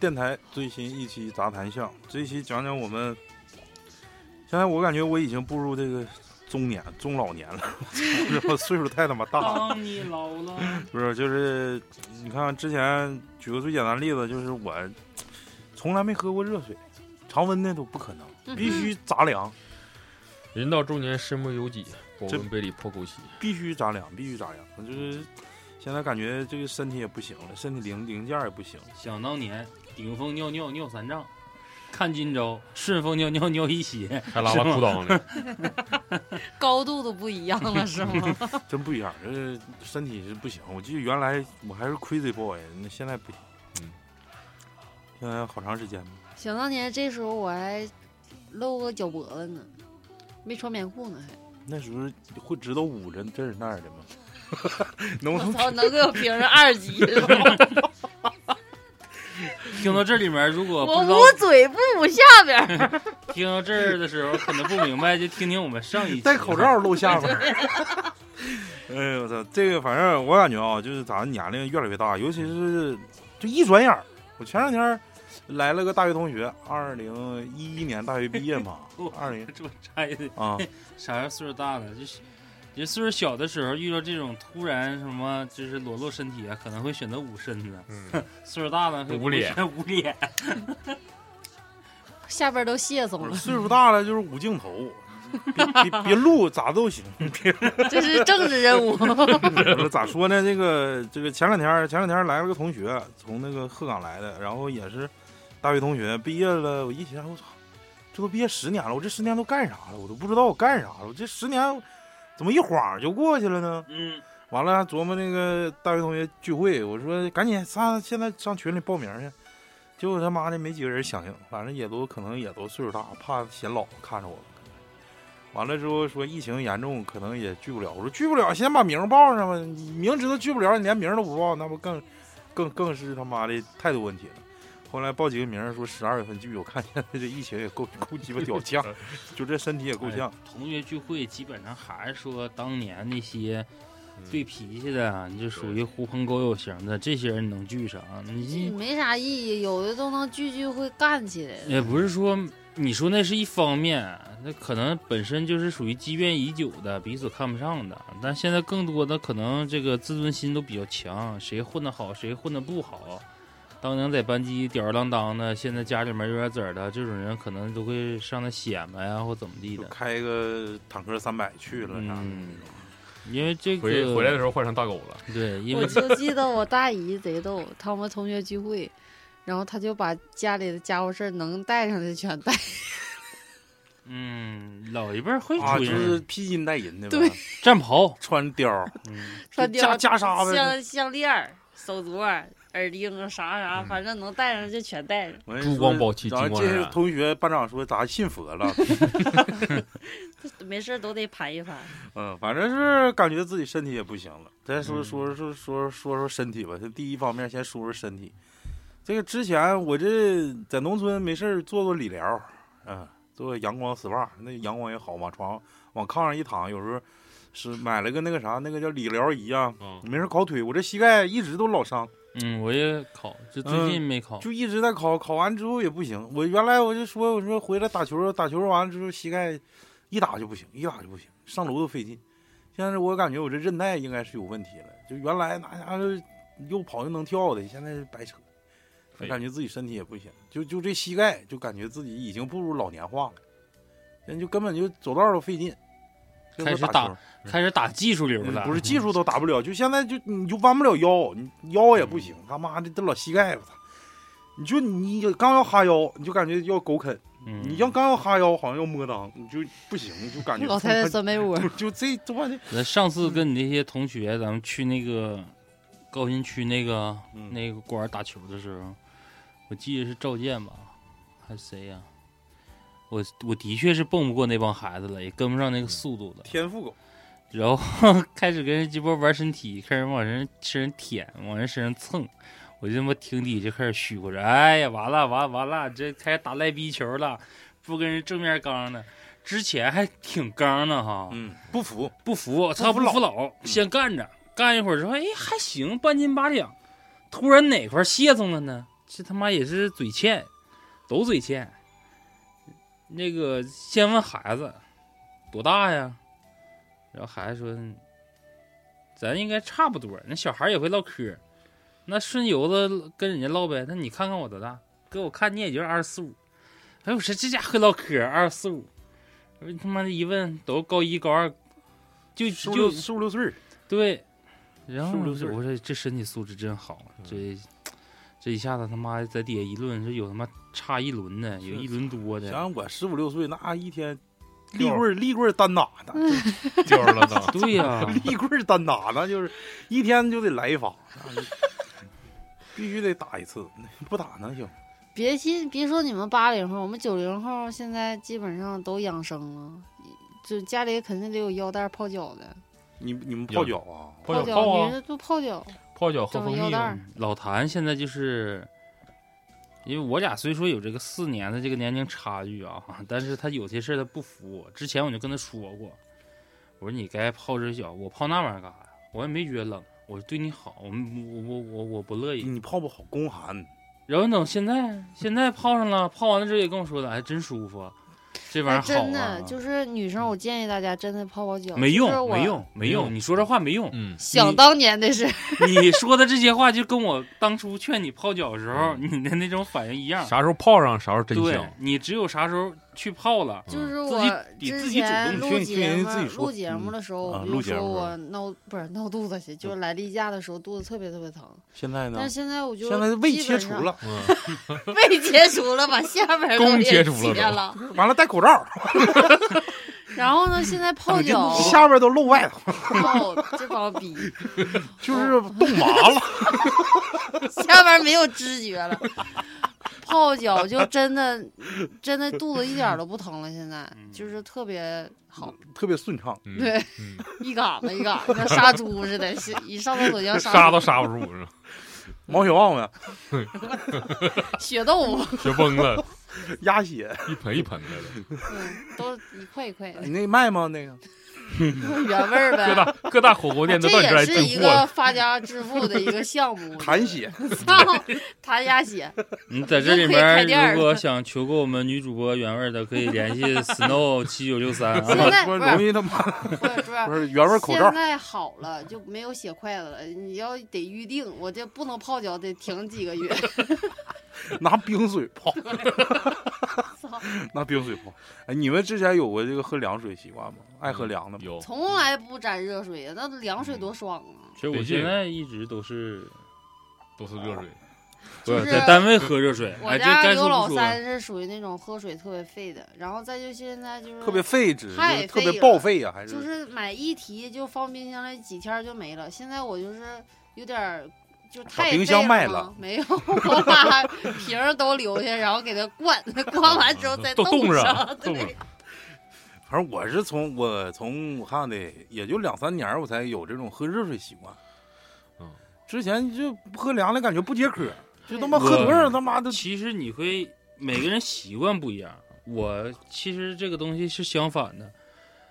电台最新一期杂谈项，这一期讲讲我们。现在我感觉我已经步入这个中年、中老年了， 我岁数太他妈大了。当哦你老了，不是，就是你看之前举个最简单的例子，就是我从来没喝过热水，常温的都不可嗯能，必须杂粮，人到中年，身不由己，保这温杯里泡 枸杞。必须杂粮，必须杂粮。就是现在感觉这个身体也不行了，身体零零件也不行。想当年顶风尿尿尿三丈，看荆州顺风尿尿尿一血，还拉拉裤裆呢， 高度都不一样了，是吗？真不一样，这身体是不行。我记得原来我还是 crazy boy，那现在不行。嗯，现在好长时间吧。 想当年这时候我还露个脚脖子呢，没穿棉裤呢还。那时候会知道捂着这儿那儿的吗？ 能 不能操，能给 我评上二级是吗？听到这里面，如果 不我知道捂嘴不捂下边儿，听到这儿的时候，可能不明白，就听听我们上一期戴口，罩露下巴？ 哎呦我操！这个反正我感觉啊，就是咱年龄越来越大，尤其是就一转眼儿，我前两天儿来了个大学同学，二零一一年大学毕业嘛哦，二零 这我猜的。啊，啥叫岁数大了？就是，人岁数小的时候遇到这种突然什么，就是裸露身体啊，可能会选择捂身子；嗯，岁数大了会捂脸，捂脸。下边都泄松不 是了，岁数大了就是捂镜头，别别别录咋都行。这是政治任务。 我说咋说呢？这个这个前两天儿前两天儿来了个同学，从那个鹤岗来的，然后也是大学同学，毕业了。我一想，我操，这都毕业十年了，我这十年都干啥了？我都不知道我干啥了。我这十年怎么一晃儿就过去了呢？嗯，完了还琢磨那个大学同学聚会，我说赶紧上现在上群里报名去。结果他妈的没几个人响应，反正也都可能也都岁数大，怕显老看着我。完了之后说疫情严重，可能也聚不了。我说聚不了，先把名报上吧。你明知道聚不了，你连名都不报，那不更更更是他妈的态度问题了。后来报几个名儿说十二月份聚，我看现在这疫情也够够鸡巴屌呛， 就这身体也够呛。哎同学聚会基本上还是说当年那些嗯对脾气的啊，你就属于狐朋狗友型的，这些人能聚上。啊你没啥意义，有的都能聚聚会干起来了。也不是说你说那是一方面，那可能本身就是属于积怨已久的，彼此看不上的。但现在更多的可能这个自尊心都比较强，谁混得好，谁混得不好。当年在班级吊儿郎当的，现在家里面有点子儿的，这种人可能都会上来显摆呀，或怎么地就的。开个坦克三百去了啥的那嗯种。啊因为这个回回来的时候换成大狗了，对，因我为就记得我大姨贼逗，他们同学聚会，然后他就把家里的家伙事儿能带上的全带。嗯，老一辈儿会啊，出就人、是披金戴银的吧对，战袍，穿貂儿，嗯，穿就貂加袈裟呗。项项链儿、手镯儿、耳钉啊，啥啥，嗯反正能戴上就全戴上。我跟你珠说光宝气，金然后光这闪是闪。同学班长说咱信佛了， 没事儿都得盘一盘。嗯，反正是感觉自己身体也不行了。再说嗯说说说说说身体吧，这第一方面先说说身体。这个之前我这在农村没事儿做做理疗，嗯，做做阳光 SPA，那阳光也好，往床往炕上一躺，有时候是买了个那个啥，那个叫理疗仪啊，嗯，没事儿烤腿，我这膝盖一直都老伤。嗯，我也考，嗯就最近没考，就一直在考，考完之后也不行。我原来我就说，我说回来打球，打球完之后膝盖一打就不行，一打就不行，上楼都费劲。现在是我感觉我这韧带应该是有问题了，就原来那家伙又跑又能跳的，现在是白扯。废感觉自己身体也不行，就就这膝盖，就感觉自己已经步入老年化了，人就根本就走道都费劲。就开始说打球开始打技术流嗯了，不是技术都打不了，就现在就你就弯不了腰，你腰也不行，他妈的这老膝盖，我操！你就你刚要哈腰，你就感觉要狗啃；嗯，你要刚要哈腰，好像要摸裆，你就不行，就感觉老太太酸梅窝，就就这这玩意那上次跟你那些同学，咱们去那个高新区那个、嗯那个馆儿打球的时候，我记得是赵健吧，还是谁呀、我我的确是蹦不过那帮孩子了，也跟不上那嗯个速度了。天赋啊狗，然后 开始跟人鸡巴玩身体，开始往人身上舔，往人身上蹭，我就他妈停底就开始虚我说，哎呀，完了完了完了，这开始打赖逼球了，不跟人正面刚呢。之前还挺刚呢哈，嗯，不服，不服，他服不老嗯服老，先干着，干一会儿之后，哎，还行，半斤八两。突然哪块儿泄松了呢？这他妈也是嘴欠，都嘴欠。那个先问孩子多大呀，然后孩子说，咱应该差不多。那小孩也会唠嗑，那顺由子跟人家唠呗。那你看看我多大，哥我看你也就二十四五。哎呦，我说这家会唠嗑，二十四五。我说他妈的一问都高一高二，就十五六就十五六岁儿，对，然后15-16岁我嗯说儿我说这身体素质真好，这这一下子他妈在底下一论，是有他妈差一轮的，有是一轮多想的。想我十五六岁那一天，立棍儿立棍儿单打呢，嗯吊儿郎当。对呀、 立棍儿单打那就是一天就得 来一发，那就必须得打一次，不打能行？别信，别说你们八零后，我们九零后现在基本上都养生了，就家里肯定得有腰带泡脚的，你你们泡脚啊？泡脚脚，泡啊女的都泡脚， 泡脚喝整个蜂腰蜜带啊儿，，老谭现在就是，因为我俩虽说有这个四年的这个年龄差距啊， 但是他有些事儿他不服我。之前我就跟他说过，我说你该泡这脚，我泡那玩意儿干啥呀？我也没觉得冷，我是对你好，我我我我我不乐意。你泡不好宫寒，然后等现在现在泡上了，泡完了之后也跟我说了，哎，真舒服，这玩哎意儿好、啊真的就是女生，我建议大家真的泡泡脚，没就是用，我没。用，没用，你说这话没用。 嗯，想当年那是，你说的这些话就跟我当初劝你泡脚的时候你的那种反应一嗯样。啥时候泡上啥时候真对香。你只有啥时候去泡了，就是自己我得之自己主前动录听你听节人目家自己说录节目的时候，嗯啊我就录节说目我闹不是闹肚子去，就是来例假的时候肚子特别特别疼，现在呢但是？现在我就嗯现在胃基切本除上了，嗯， 被切除了，把下面弓都切给除切了都了。完了戴口罩，，然后呢，现在泡脚下边都露 外头，泡这帮逼，就是冻麻了。哦下边没有知觉了。泡脚就真的，真的肚子一点都不疼了，现在嗯就是特别好，特别顺畅。嗯对，嗯 一杆子一 杆子像杀猪似的，是一上厕所就像杀猪都杀不住，是吧毛血旺子、血豆 腐，学崩了，鸭 血，一盆一盆的 了，嗯，都一块一块的你那卖吗？那个原味儿各呗。大各大火锅店都到这你这儿来也进是一货了个。发家致富的一个项 目，痰血，操，痰鸭血，你在这里都可以开店面儿如果想求购我们女主播原味的，可以 联系 snow 七九六三 现啊。在不不是是啊容易他妈不是不是不是 原味口罩现，在好了，就没有血块子了。你要得预定，我这不能泡脚，得停几个月。 拿冰水泡， 操拿冰水泡。哎，你们之前有过这个喝凉水习惯吗？爱嗯喝凉的吗？有从来不沾热水，那凉水多爽啊！其实我现在一直都是都是 热水，不就是在单位喝热水，我嗯哎，这家该刘说老不说。三是属于那种喝水特别费的，然后再就现在就是特别费纸，就太是特别费了报废呀，还就是是买一提就放冰箱里几天就没了。现在我就是有点儿。就太冰箱费卖吗了没有，我把瓶儿都留下，然后给它灌， 灌完之后再都冻上上，，对冻上。 反正我是从我从武汉的也就两三年儿我才有这种喝热水习惯。嗯，之前就不喝凉的感觉不解渴，就对他妈喝我多少他妈的其实你会每个人习惯不一样，我其实这个东西是相反的。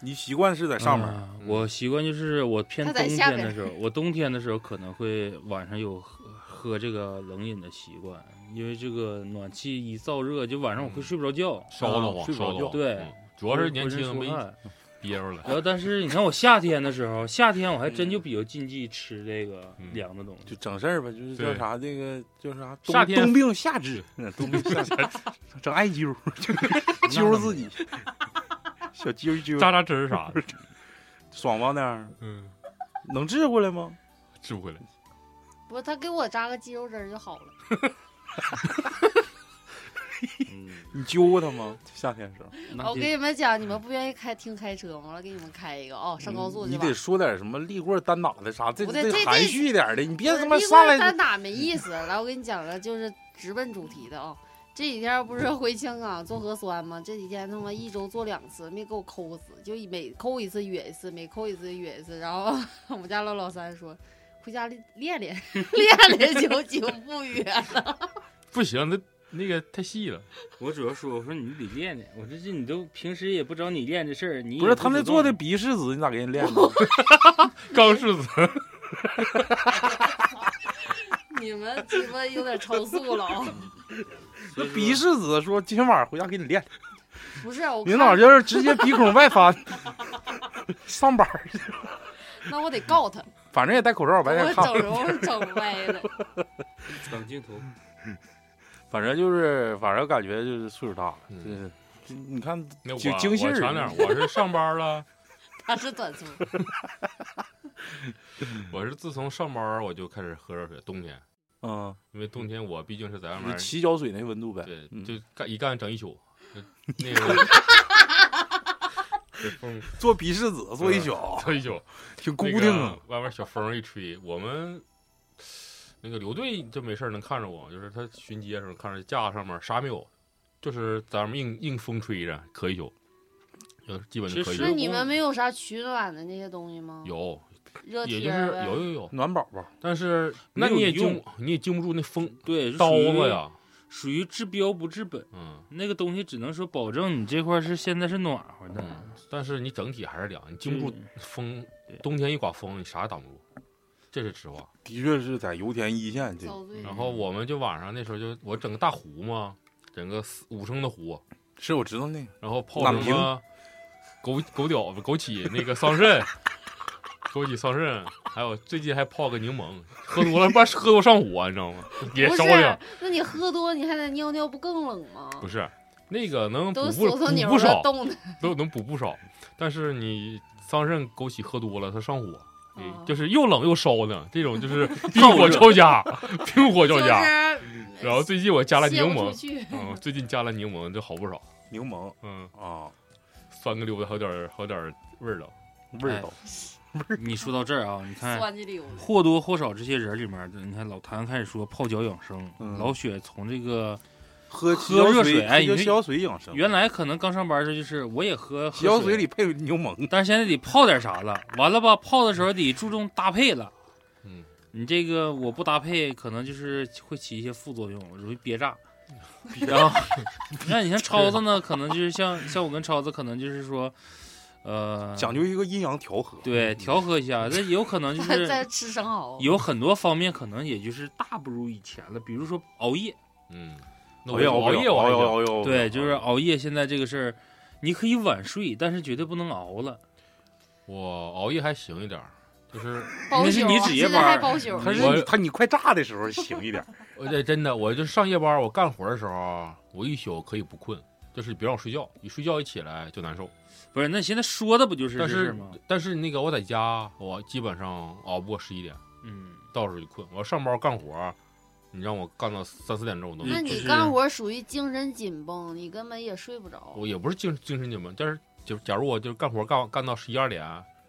你习惯是在上嗯面儿，啊我习惯就是我偏他冬在下天边的时候，我冬天的时候可能会晚上有喝喝这个冷饮的习惯，因为这个暖气一燥热，就晚上我会嗯睡不着觉，啊烧得慌，啊睡不着烧得觉慌。对嗯，主要是年浑身轻出没汗憋着了。然后，但是你看我夏天的时候，夏天我还真就比较禁忌吃这个嗯凉的东 就西。整事儿呗，就是叫对啥这个叫啥冬夏天冬病夏 治，嗯冬病夏治，整艾灸，灸自 己，小灸一灸，扎扎针儿啥的，爽吧那样，嗯，能治过来吗？治不回来。不是他给我扎个肌肉针儿就好了。嗯，你灸过他吗？夏天时候，那我就跟你们讲，你们不愿意开听开车吗？我来给你们开一个啊、上高速嗯你去吧得。说点什么立棍儿单打的啥，这不对这含蓄一点的，你别他妈不是上一会儿来咱打没意思。来，我给你讲个，就是直奔主题的啊、这几天不是回香港做核酸吗？这几天他妈一周做两次，没给我抠死，就每抠一次哕一次，每抠一次哕一次。然后 我们家老老三说，回家练练练 练练就就不远了。不行，那那个太细了。我主要说，我说你得练练，我说这你都平时也不找你练这事儿，你不也是他主那做的动鼻拭子，你咋给 人练呢？钢柿子，你们鸡巴有点超速了啊！那逼世子说今晚回家给你练，不是啊我领导看，就是直接鼻孔外翻， 上班儿去，那我得告 他，反正也戴口罩，白天我整看不着。容整歪了。挡镜头，反正就是，反正感觉就是岁数大了，嗯就是就你看那我精精细我儿 前两我是上班了，他是短粗，我是自从上班我就开始喝热水，冬天，嗯，因为冬天我毕竟是在外就面，洗脚水那温度呗。对，嗯就干一干整一宿， 就那个这风做鼻世子做一宿，整一宿，挺 固定那啊个。外面小风一吹，我们那个刘队就没事儿能看着我，就是他巡街的时候看着架上面啥没有，就是咱们硬硬风吹着咳一宿，就是基本就咳一其那实宿。你们没有啥取暖的那些东西吗？有，热也贴就儿啊是呗有有有，暖宝宝，但是没那有你也用经不你也经不住那风对，是刀属于子，呀，属于治标不治本，嗯那个东西只能说保证你这块儿是现在是暖和的，嗯，但是你整体还是凉，你经不住对风对，冬天一刮风你啥也挡不住，这是实话。的确是在油田一线这遭罪啊嗯然后我们就晚上那时候就我整个大壶嘛，整个四五升的壶，是我知道那个，然后泡懒什么狗狗屌不枸杞那个桑葚，枸杞桑葚，还有最近还泡个柠檬，喝多了不然喝多上火、啊你知道吗？也不烧是着，，那你喝多你还得尿尿，不更冷吗？不是那个能补都不嗖补嗖牛不了少，冻的，都能补不少，但是你桑葚枸杞喝多了它上火。对哦就是又冷又烧呢，这种就是 冰火交加， 冰火交就是呃加。然后最近我加了柠泄不出檬，去。嗯，最近加了柠檬就好不少，柠檬嗯，啊，酸个溜的，还有点儿还有点儿味儿了。味道。你说到这儿啊，你看酸的溜的，或多或少这些人里面，你看老谭开始说泡脚养生，嗯老雪从这个喝喝洗脚热水，水哎喝你洗这脚水养生。原来可能刚上班的时候就是我也喝洗脚喝水里，配柠檬，但是现在得泡点啥了，完了吧泡的时候得注重搭配了，嗯，你这个我不搭配，可能就是会起一些副作用，容易憋炸。然后， 那 你像超子呢，可能就是像像我跟超子，可能就是说，呃，讲究一个阴阳调和。对调和一下，那有可能就 再是再吃生蚝，有很多方面可能也就是大不如以前了，比如说熬夜，嗯，那熬我夜，熬夜，夜，熬夜，熬夜，熬夜对，就是熬夜。现在这个事儿，你可以晚睡，但是绝对不能熬了。我熬夜还行一点儿，就是包那宿是啊，你值夜现在还班包宿，他是我你他你快炸的时候醒一 点，我这呃真的，我就上夜班，我干活的时候，我一宿可以不困，就是别让我睡觉，一睡觉一起来就难受。不是，那现在说的不就是这但事儿是吗？嗯但是那个我在家，我基本上熬不过十一点，嗯，到时候就困。我要上班干活，你让我干到三四点钟我都那就你是干活属于精神紧绷，你根本也睡不着。我也不是精精神紧绷，但是就假如我就是干活干干到十一二点，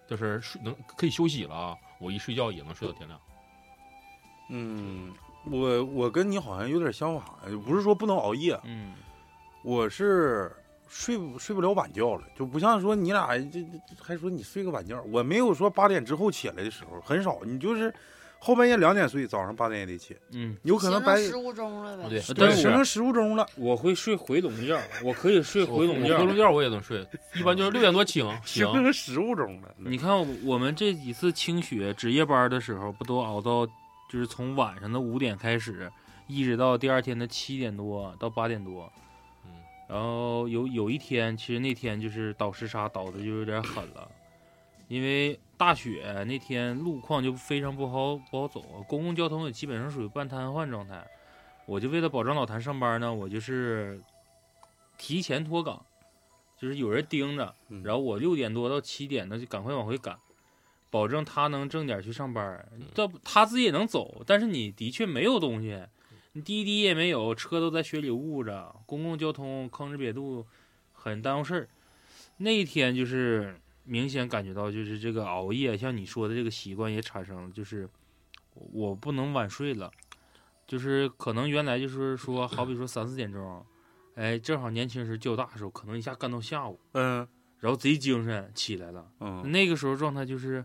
就是睡能可以休息了啊，我一睡觉也能睡到天亮。嗯，我我跟你好像有点相反，呃不是说不能熬夜，嗯，我是睡不睡不了晚觉了，就不像说你俩这这这还说你睡个晚觉，我没有说八点之后起来的时候很少，你就是后半夜两点睡，早上八点也得起，嗯，有可能行白到十五钟了呗。对，但对呃是形成十五钟了，我会睡回笼觉，我可以睡回笼我觉回。笼觉我也能睡，一般就是六点多醒形 醒。成啊十五钟了。你看我我们这几次清雪值夜班的时候，不都熬到就是从晚上的五点开始，一直到第二天的七点多到八点多。嗯然后有有一天，其实那天就是倒时差倒的就有点狠了，因为大雪那天路况就非常不好不好走，公共交通也基本上属于半瘫痪状态。我就为了保障老谭上班呢，我就是提前脱岗，就是有人盯着嗯，然后我六点多到七点呢就赶快往回赶，保证他能正点去上班嗯。这不他自己也能走，但是你的确没有东西，你滴滴也没有，车都在雪里捂着，公共交通吭哧瘪肚，很耽误事儿。那一天就是明显感觉到，就是这个熬夜，像你说的这个习惯也产生了，就是我不能晚睡了，就是可能原来就是说，好比说三四点钟，哎，正好年轻时较大的时候，可能一下干到下午，嗯然后贼精神起来了。嗯那个时候状态就是，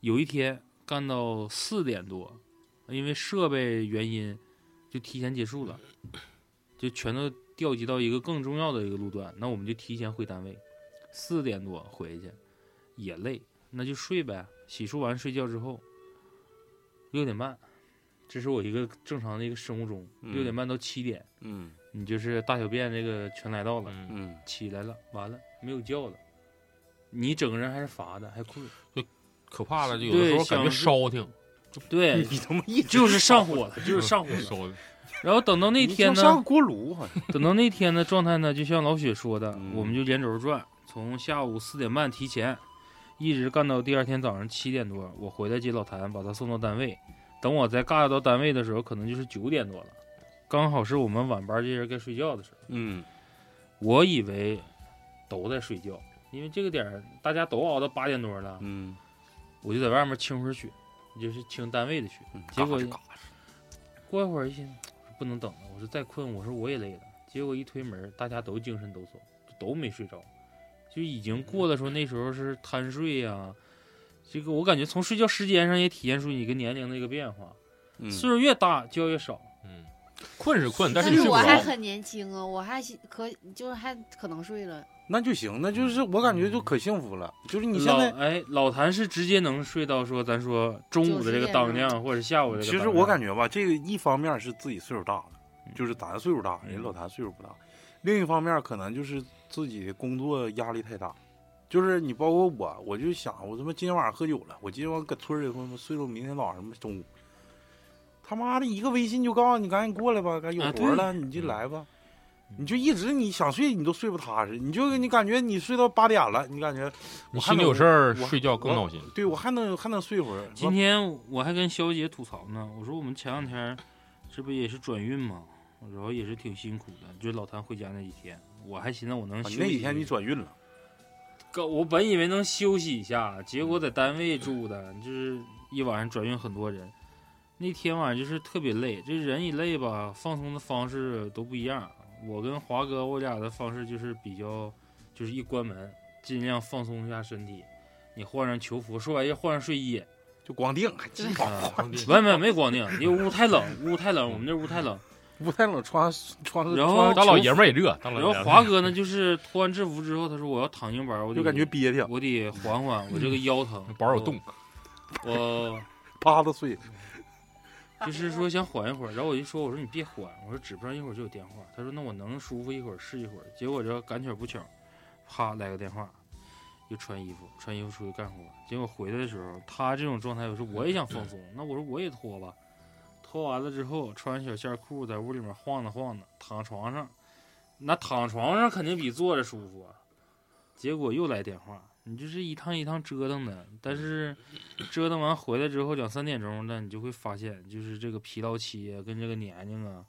有一天干到四点多，因为设备原因就提前结束了，嗯就全都调集到一个更重要的一个路段，那我们就提前回单位，四点多回去也累，那就睡呗，洗漱完睡觉之后，六点半这是我一个正常的一个生物钟，嗯六点半到七点，嗯你就是大小便这个全来到了，嗯， 嗯，起来了，完了没有觉了，你整个人还是乏的，还困，可怕了，就有的时候感觉烧挺，对，你他妈一直就是上火了，就是上火了。烧的，然后等到那你天就呢，上锅炉好像，等到那天的状态呢，就像老雪说的，嗯我们就连轴转，从下午四点半提前，一直干到第二天早上七点多，我回来接老谭，把他送到单位。等我再尬到单位的时候，可能就是九点多了，刚好是我们晚班这些人该睡觉的时候。嗯我以为都在睡觉，因为这个点儿大家都熬到八点多了，嗯，我就在外面清会儿雪，就是清单位的雪。嗯结果嘎吱嘎吱过一会儿一寻思，不能等了，我说再困，我说我也累了。结果一推门，大家都精神抖擞，就都没睡着，就已经过了说那时候是贪睡呀、这个我感觉从睡觉时间上也体现出你一个年龄的一个变化，嗯岁数越大觉越少。嗯，困是困，但是但你是睡不我还着，很年轻啊，我还可就是还可能睡了。那就行，那就是我感觉就可幸福了，就是你现老在，哎，老谭是直接能睡到说咱说中午的这个当量，或者下午的这个当其量。实我感觉吧，这个一方面是自己岁数大了，就是咱岁数大，嗯人老谭岁数不大；另一方面可能就是自己工作压力太大，就是你包括我，我就想我他妈今天晚上喝酒了，我今天晚上搁村里他妈睡到明天早上什么中午，他妈的一个微信就告诉你赶紧过来吧，赶紧有啊活对了你就嗯来吧。嗯你就一直你想睡你都睡不踏实，你就你感觉你睡到八点了，你感觉你心里有事儿，睡觉更闹心。对我还能还能睡会儿。今天我还跟肖姐吐槽呢，我说我们前两天这不也是转运吗？然后也是挺辛苦的，就是老谭回家那几天，我还寻思我能啊休你息。那几天你转运了，哥，我本以为能休息一下，结嗯果在单位住的，就是一晚上转运很多人。那天晚上就是特别累，这人一累吧，放松的方式都不一样。我跟华哥，我俩的方式就是比较，就是一关门，尽量放松一下身体。你换上球服，说白了换上睡衣，就光腚还鸡巴啊光腚，外面没光腚，因为屋太冷，屋太冷，我们这屋太冷。不太冷，穿穿然后穿大老爷们儿也热，大老然爷后们儿华哥呢，就是脱完制服之后，他说我要躺硬板儿，我就得感觉憋挺，我得缓缓，我这个腰疼， 板儿有洞，我趴着睡。嗯 就是说想缓一会儿。然后我就说我说你别缓，我说指不上一会儿就有电话。他说那我能舒服一会儿是一会儿。结果这赶巧不巧，啪来个电话，又穿衣服，穿衣服出去干活。结果回来的时候，他这种状态，我说我也想放松，那我说我也脱吧。脱完了之后，穿上小线裤，在屋里面晃荡晃荡，躺床上，那躺床上肯定比坐着舒服啊。结果又来电话，你就是一趟一趟折腾的，但是折腾完回来之后两三点钟呢，你就会发现，就是这个疲劳期啊，跟这个年龄啊，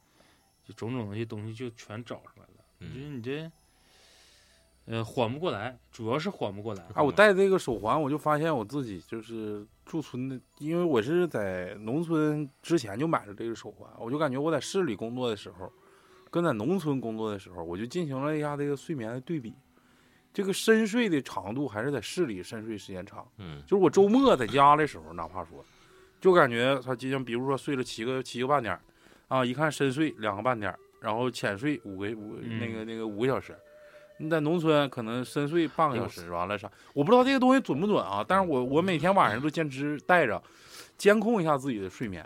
就种种的这些东西就全找上来了。就是嗯，你这，呃，缓不过来，主要是缓不过来。啊，我戴这个手环，我就发现我自己就是驻村的，因为我是在农村之前就买了这个手环，我就感觉我在市里工作的时候，跟在农村工作的时候，我就进行了一下这个睡眠的对比。这个深睡的长度还是在市里深睡时间长，嗯，就是我周末在家的时候，哪怕说，就感觉他今天比如说睡了七个七个半点儿啊，一看深睡两个半点儿然后浅睡五个五、嗯那个那个五个小时。你在农村可能深睡半个小时，完了啥？我不知道这个东西准不准啊，但是我我每天晚上都坚持带着，监控一下自己的睡眠。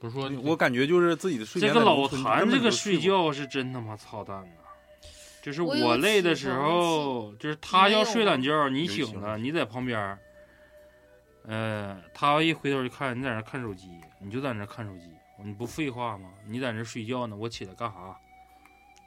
不是说我感觉就是自己的睡这眠个在老农村根谭本这个就睡不着，觉是真他妈操蛋呐、就是我有我累的起时床候，就是他没要有睡懒觉，你有醒醒了，你在旁边儿，呃，他一回头就看你在那儿看手机，你就在那儿看手机，你不废话吗？你在那儿睡觉呢，我起来干啥？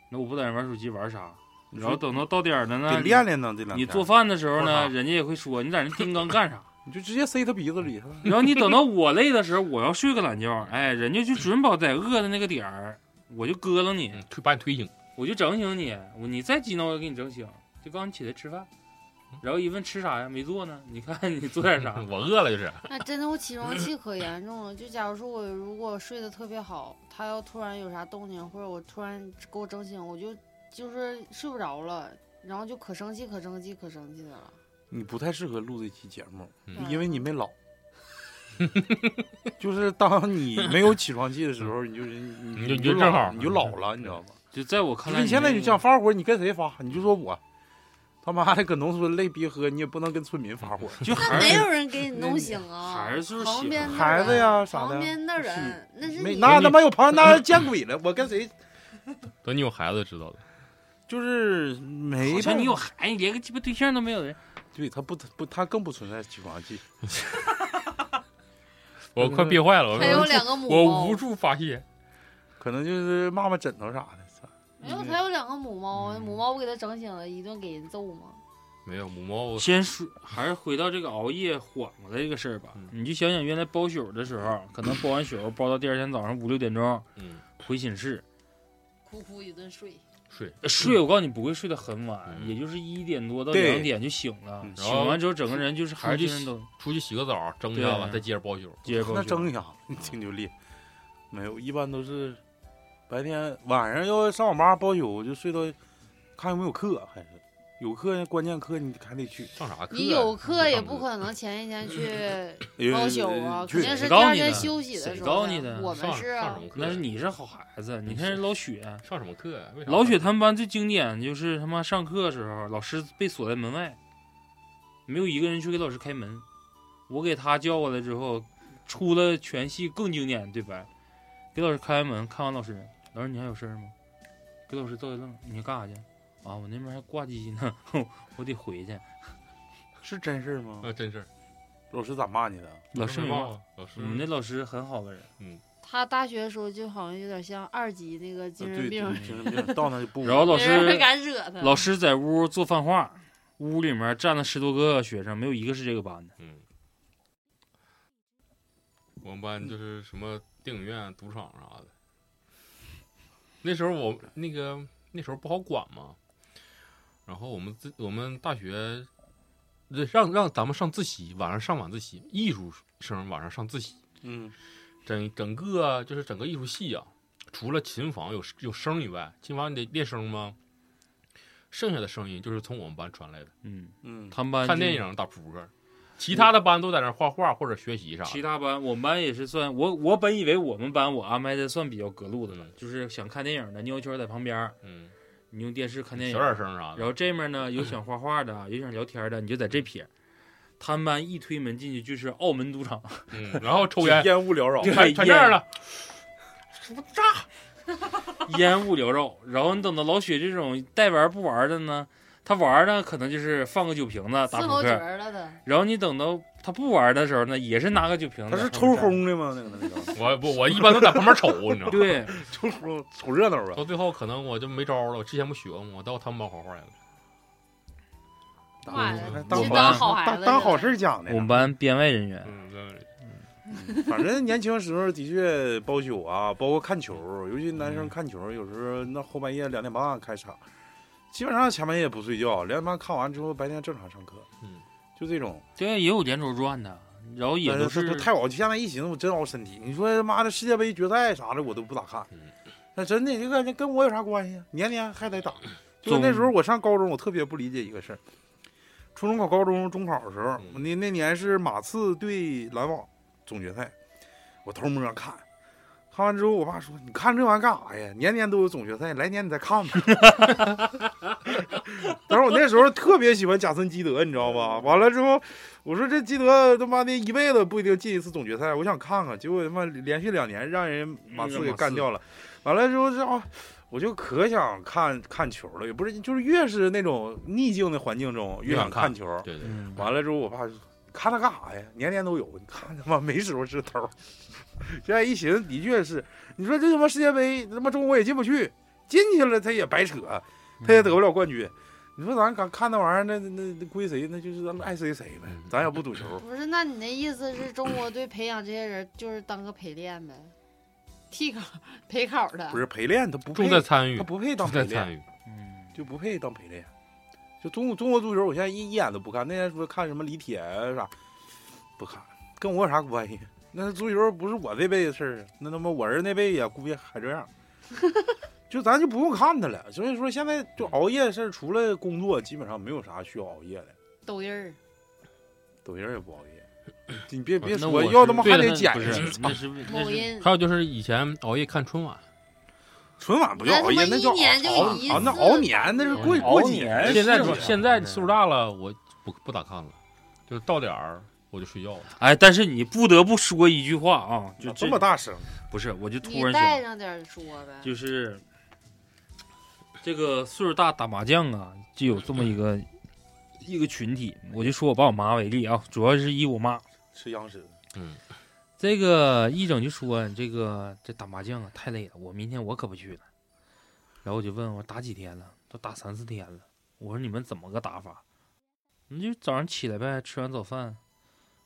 那我不在那儿玩手机玩啥？你然后说等到到点儿了呢得，练练呢。这两天嗯你做饭的时候做呢，啥人家也会说你在那儿叮当干啥？你就直接塞他鼻子里，然后你等到我累的时候，我要睡个懒觉，哎，人家就准保在饿的那个点儿，我就咯楞你，嗯推把你推醒，我就整醒你，我你再激闹我就给你整醒，就告诉你起来吃饭，嗯然后一问吃啥呀，没做呢，你看你做点啥？ 我饿了就是，那真的我起床气可严重了。就假如说我如果睡得特别好，他要突然有啥动静，或者我突然给我整醒，我就就是睡不着了，然后就可生气、可生气、可生气的了。你不太适合录这期节目。嗯因为你没老。 就是当你没有起床气的时候，你就是你你就你你就正老好你就老了，你知道吗？就在我看就是来，你现在就想发火，你跟谁发？你就说我，他妈的搁农村累逼喝，你也不能跟村民 发火。就那还没是有人给你弄醒啊，还是就是旁边的孩子呀人啥的旁边的人那是没你那他妈有旁人那见鬼了，我跟谁等你有孩子知道的。就是没好像办你法有孩子，连个鸡巴对象都没有人。对他不不他更不存在起床气，我嗯快憋坏了，还有我两个母我无猫，处发泄。可能就是骂骂枕头啥的。操没有他有两个母嗯猫，母猫不给他整醒了，一顿给人揍吗？没有母猫，先说，还是回到这个熬夜晃的这个事儿吧嗯。你就想想原来包宿的时候，可能包完宿包到第二天早上五六点钟嗯，回寝室，哭哭一顿睡，睡，睡，我告诉你不会睡得很晚，嗯也就是一点多到对两点就醒了嗯。醒完之后，整个人就是还是精出神去抖，出去洗个澡，蒸一下子，对再接着包宿。接着包那宿蒸一下子，你听就厉害。没有，一般都是白天晚上要上网吧包宿，就睡到看有没有课，还是有课关键课你还得去。上啥课呀？你有课也不能。可能前一天去哎呦包宿啊，肯去定是谁第告诉二你天的休息的谁时告候诉呀你的我上们是上啊什，么课？那是你嗯是好孩子，你看人老雪，上什么课呀？为啥老雪他们班最经典就是他妈上课的时候，老师被锁在门外，没有一个人去给老师开门。我给他叫过来之后，出了全系更经典的对白，给老师开门，看完老师，老师你还有事儿吗？给老师照一愣，你干啥去？啊，我那边还挂机呢， 我得回去。是真事儿吗？啊，真是老师咋骂你的？老师没嗯忘骂，了，嗯老师我们那老师很好的人。他大学的时候就好像有点像二级那个啊精神对，病，精神病，到那就不。然后老没人师 敢惹他。老师在屋做饭画，屋里面站了十多个学生，没有一个是这个班的。嗯，我们班就是什么电影院、赌场啥的。那时候我那个那时候不好管嘛，然后我们自我们大学让让咱们上自习，晚上上晚自习，艺术生晚上上自习，嗯，整整个就是整个艺术系啊，除了琴房有有声以外，琴房你得练声吗？剩下的声音就是从我们班传来的，嗯，嗯，他们班看就电影、打扑克，其他的班都在那画画或者学习啥的。其他班我们班也是算我，我本以为我们班我安排的算比较隔路的了嗯，就是想看电影的尿圈在旁边儿，嗯，你用电视看电影小，点声啥然的。后这面呢有想画画的，有想聊天的，你就在这撇。他们班一推门进去就是澳门赌场，嗯，然后抽烟，烟雾缭绕。对全全这样了。烟雾缭绕。然后你等到老雪这种带玩不玩的呢，他玩呢可能就是放个酒瓶子打伺扑候角克，儿了他，然后你等到他不玩的时候呢，也是拿个酒瓶子。他是抽，风的吗？那个那个我不，我一般都在旁边瞅，你知道 吗？对，抽风瞅热闹啊！到最后可能我就没招了。我之前不学过吗？我到他们班画画来了。妈呀还，去当当班好孩当子，当好事。儿讲的我。们班编外人员，嗯，对反正年轻时候的确包宿啊，包括看球，尤其男嗯生看球，有时候那后半夜两点半开场，基本上前半夜不睡觉，两点半看完之后，白天正常上课，嗯，就这种。对，也有连轴转的，然后也但都是是都太熬，现在一寻思我真熬身体。你说他妈的世界杯决赛啥的我都不咋看嗯，那真的这个跟我有啥关系啊？年年还 得打。就总那时候我上高中，我特别不理解一个事儿。初中考高中中考的时候，嗯那那年是马刺对篮网总决赛，我偷摸看，看完之后我爸说：“你看这玩意儿干啥呀？年年都有总决赛，来年你再看吧。” 但是我那时候特别喜欢贾森基德，你知道吧？完了之后，我说这基德他妈的一辈子不一定进一次总决赛，我想看看。结果他妈连续两年让人马刺给干掉了，完了之后这、啊、我就可想看看球了，也不是就是越是那种逆境的环境中越越想想看看球。对对，嗯完了之后，我爸就说：“你看他干啥哎呀？年年都有，你看他妈没时候是头儿。现在一寻思，的确是，你说这他妈世界杯，他妈中国也进不去，进去了他也白扯，他也得不了冠军。你说咱敢看那玩意儿，那那那归谁？那就是爱谁谁呗。嗯咱也不赌 球，不是，那你那意思是中国队培养这些人就是当个陪练呗，替考 陪考的不。是陪练，他不配重在参与他，不配当重陪练。”在参与。嗯 就不配当陪练。就中中国足球，我现在一一眼都不看。那天说看什么李铁啊啥，不看，跟我有啥关系？那足球不是我这辈子事儿啊，那他妈我儿那辈子也估计还 这样。就咱就不用看他了。所以说现在就熬夜的事儿，除了工作，基本上没有啥需要熬夜的。抖音儿，抖音儿也不熬夜，你别别那说，我是要他妈对还了得那剪不去是，那是某那是音还有就是以前熬夜看春晚，春晚不叫熬那他夜，妈那叫一年就熬一熬啊那次熬年，那是过熬过几年年现在是吗现在岁数大了，我不不咋看了，就是到点儿我就睡觉了。哎，但是你不得不说一句话啊，就这么大声，不是，我就突你然想带，上点儿说呗。就是这个岁数大打麻将啊，就有这么一个一个群体。我就说我爸我妈为例啊，主要是以我妈吃央视。这个一整就说这个这打麻将啊太累了，我明天我可不去了。然后我就问我打几天了，都打三四天了。我说你们怎么个打法？你就早上起来呗，吃完早饭，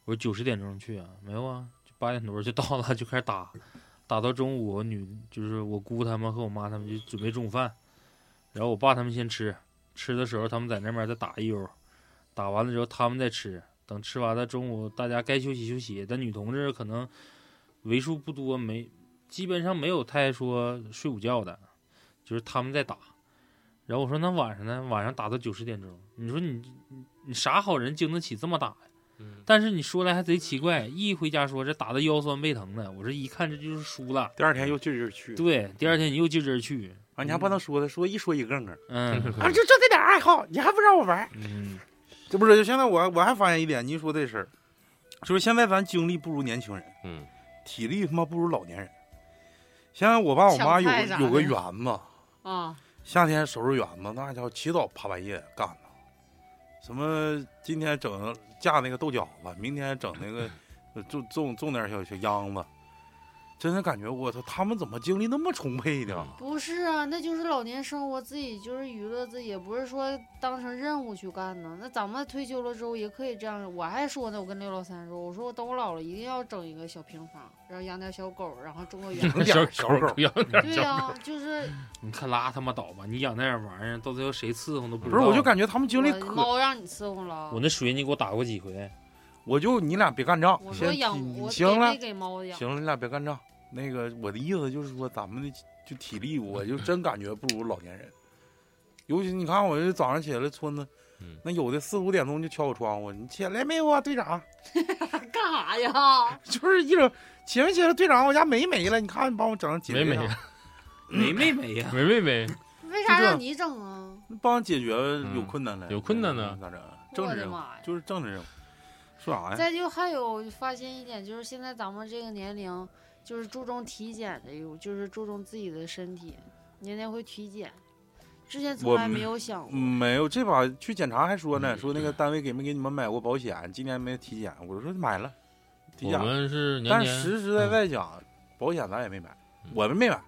我说九十点钟去啊，没有啊，就八点多就到了，就开始打，打到中午，我女就是我姑他们和我妈他们就准备中午饭，然后我爸他们先吃，吃的时候他们在那边再打一悠，打完了之后他们再吃，等吃完了中午大家该休息休息，但女同志可能为数不多没，基本上没有太说睡午觉的，就是他们在打。然后我说那晚上呢？晚上打到九十点钟，你说你你你啥好人经得起这么打呀？嗯，但是你说来还贼奇怪，一回家说这打的腰酸背疼的，我说一看这就是输了。第二天又劲儿劲儿去，对，第二天你又劲儿劲儿去，啊，你还不能说他，说一说一个个儿。 嗯啊，就就这点爱好，你还不让我玩儿？嗯，这不是，就现在我我还发现一点，您说这事儿，就是现在咱精力不如年轻人，嗯，体力他妈不如老年人。现在我爸我妈有抢菜啥个的有个园子，啊，夏天收拾园子，那家伙起早爬半夜干的，什么今天整架那个豆角子，明天整那个呃种种种点小小秧子，真的感觉我操，他们怎么精力那么充沛呢？。不是啊，那就是老年生活，自己就是娱乐自己，也不是说当成任务去干呢。那咱们退休了之后也可以这样。我还说呢，我跟刘老三说，我说我等我老了一定要整一个小平房，然后养点小狗，然后种个园整点小儿小狗，养点对小呀、就是你看拉他妈倒吧，你养那点玩意儿，到最后谁伺候都不知不道。是，我就感觉他们精力我可，猫让你伺候了我。那水你给我打过几回，我就你俩别干仗，我说先养你我行得了没。给猫养，行了，你俩别干仗。那个我的意思就是说，咱们的就体力，我 就真感觉不如老年人。尤其你看，我这早上起来，村子嗯那有的四五点钟就敲我窗户，你起来没有啊，队长？ 干啥呀？ 就是一整起没起来，队长，我家煤没了，你看你帮我整整解决没一没下，没妹妹呀、没没没，为啥就这让你整啊？帮解决有困难了，嗯嗯有困难呢咋整？啊政我治的任务妈呀就是政治任务，说啥呀？再就还有发现一点，就是现在咱们这个年龄，就是注重体检这个，就是注重自己的身体，年年会体检，之前从我来没有想过。嗯没有，这把去检查还说呢，嗯说那个单位给没给你们买过保险，今年没体检，我说买了，体我检们是年但年实实在在讲，保险咱也没买嗯，我们没买，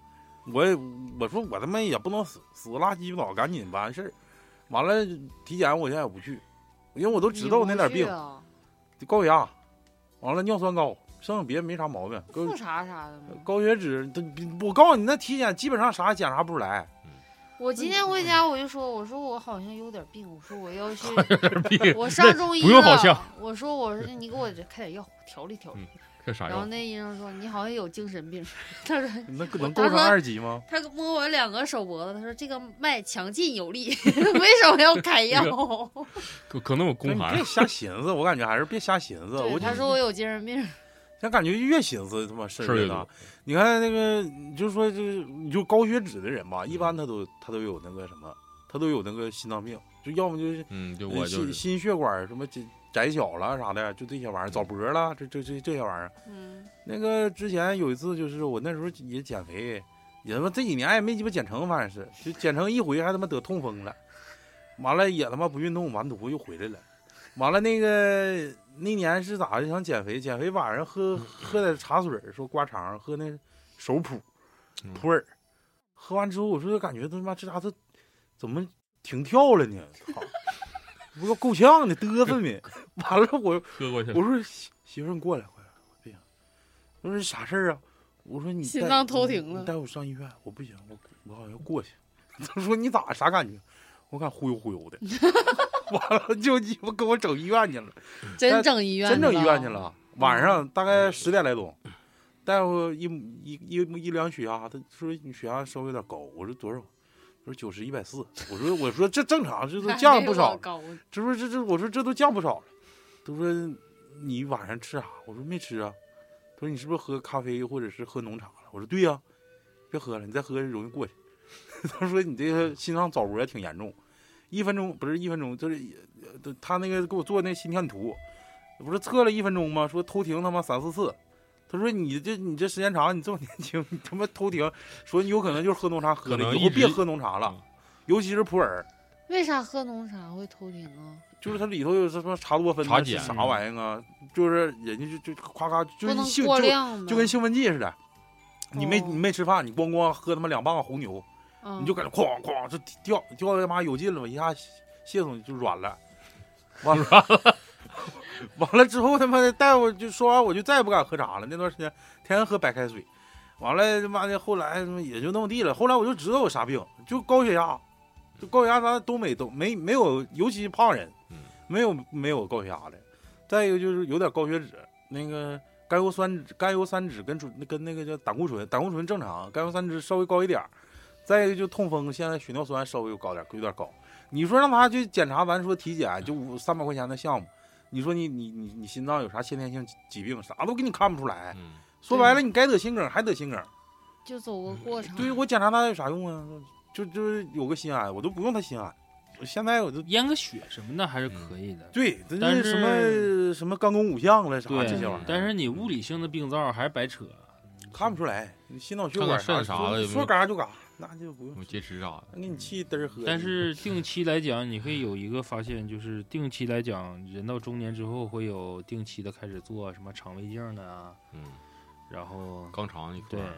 我也我说我他妈也不能死死拉鸡巴倒，赶紧完事儿。完了体检我现在也不去，因为我都知道我那点你不去病，啊，高血压，完了尿酸高，剩别没啥毛病，高复查啥的吗？高血脂都我告诉你，那体检基本上啥也检查不出来，我今天嗯回家我就说，我说我好像有点病，我说我要去， 病我上中医不用好了像我说我说你给我开点药调理嗯调理。这啥然后药？那医生说你好像有精神病，他说那能他构成说二级吗？他摸我两个手脖子，他说这个脉强劲有力， 为什么要开哎药？可可能有啊宫你寒别，瞎寻思，我感觉还是别瞎寻思。对我就他说我有精神病，但感觉越寻思他妈事事儿儿越越大多。你看那个，你就说就是你就高血脂的人吧，一般他都他都有那个什么，他都有那个心脏病，就要么就是嗯，就呃我就心是心血管什么窄窄小了啥的，就这些玩意儿，早搏了，这这这这些玩意儿。嗯，那个之前有一次就是我那时候也减肥，也他妈这几年也没鸡巴减成，反正是就减成一回还他妈得痛风了，完了也他妈不运动，完犊子又回来了，完了那个那年是咋的想减肥，减肥晚上喝喝点茶水儿说刮肠喝那手普嗯普洱，喝完之后我说感觉他妈这家伙怎么停跳了呢？操，不要够呛的嘚瑟呢，完了我喝过去我说媳媳妇儿，你过来，过来，我不行。我说啥事儿啊？我说你心带脏偷啊你停了你带我上医院，我不行，我我好像要过去。他说你咋啥感觉？我看忽悠 忽悠的，完了就鸡巴给我整医院去了，真整医院，嗯真整医院去。了。晚上大概十点来钟，大夫一一一一量血压，他说你血压稍微有点高，我说多少？他说九十一百四，我说我说这正常，这都降了 不少，高，这不是这这，我说这都降不少了。都说你晚上吃啥？我说没吃啊。他说你是不是喝咖啡或者是喝浓茶了？我说对呀、别喝了，你再喝容易过去。 他说你这个心脏早搏挺严重，一分钟不是一分钟，就是呃他那个给我做那心电图，不是测了一分钟吗？说偷停他妈三四次。他说你这你这时间长，你这么年轻，你他妈偷停，说你有可能就是喝浓茶喝的，可能以一后别直嗯喝浓茶了，尤其是普洱，为啥喝浓茶会偷停啊？就是它里头有什么茶多酚啊茶呐是碱啥玩意儿啊？就是人家就就夸夸就不是能兴过就量呗就跟兴奋剂似的。你没哦你没吃饭，你咣咣喝他妈两磅红牛，啊你就搁那哐哐就掉掉他妈有劲了，一下系统就软了，完了完了之后他妈的大夫就说完我就再也不敢喝茶了。那段时间天天喝白开水，完了他妈的后来他妈也就那么地了。后来我就知道我啥病，就高血压，就高血压咱东北都没没有，尤其胖人嗯，没有没有高血压的。再一个就是有点高血脂，那个甘油酸甘油三酯跟醇跟那个叫胆固醇，胆固醇正常，甘油三酯稍微高一点儿再一个就痛风，现在血尿酸稍微高点儿，有点高。你说让他去检查，咱说体检就五三百块钱的项目，你说你你你你心脏有啥先天性疾病，啥都给你看不出来。嗯，说白了，你该得心梗还得心梗。就走个过场。嗯对于我检查他有啥用啊？就就是有个心安，我都不用他心安。我现在我都验个血什么的还是可以的。对，这但是是什么什么肝功五项了啥对这些玩意儿，但是你物理性的病灶还是白扯。看不出来。你心脑血看管看肾啥的有没有说嘎就嘎，那就不用我结石啥的，给你气嘚儿喝。但是定期来讲，你会有一个发现，就是定期来讲，人到中年之后会有定期的开始做什么肠胃镜的啊，嗯，然后肛肠一块对儿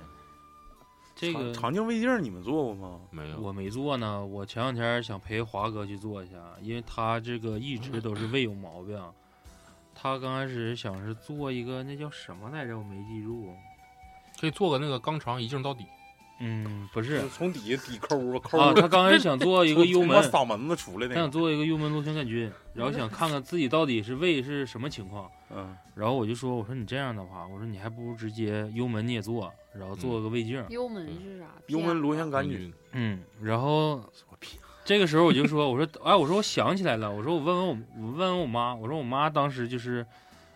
这肠个肠镜胃镜你们做过吗？没有，我没做呢，我前两天想陪华哥去做一下，因为他这个一直都是胃有毛病。他刚开始想是做一个那叫什么来着，我没记住。可以做个那个肛肠一镜到底，嗯，不是就从底下底抠啊抠啊，他刚开始想做一个幽门从，他嗓门子出来他那想个，做一个幽门螺旋杆菌，然后想看看自己到底是胃是什么情况。嗯，然后我就说，我说你这样的话，我说你还不如直接幽门你也做，然后做个胃镜。幽门是啥？啊啊幽门螺旋杆菌，菌，嗯，然后我屁这个时候我就说，我说，哎，我说我想起来了，我说我问问我，我问问我妈，我说我妈当时就是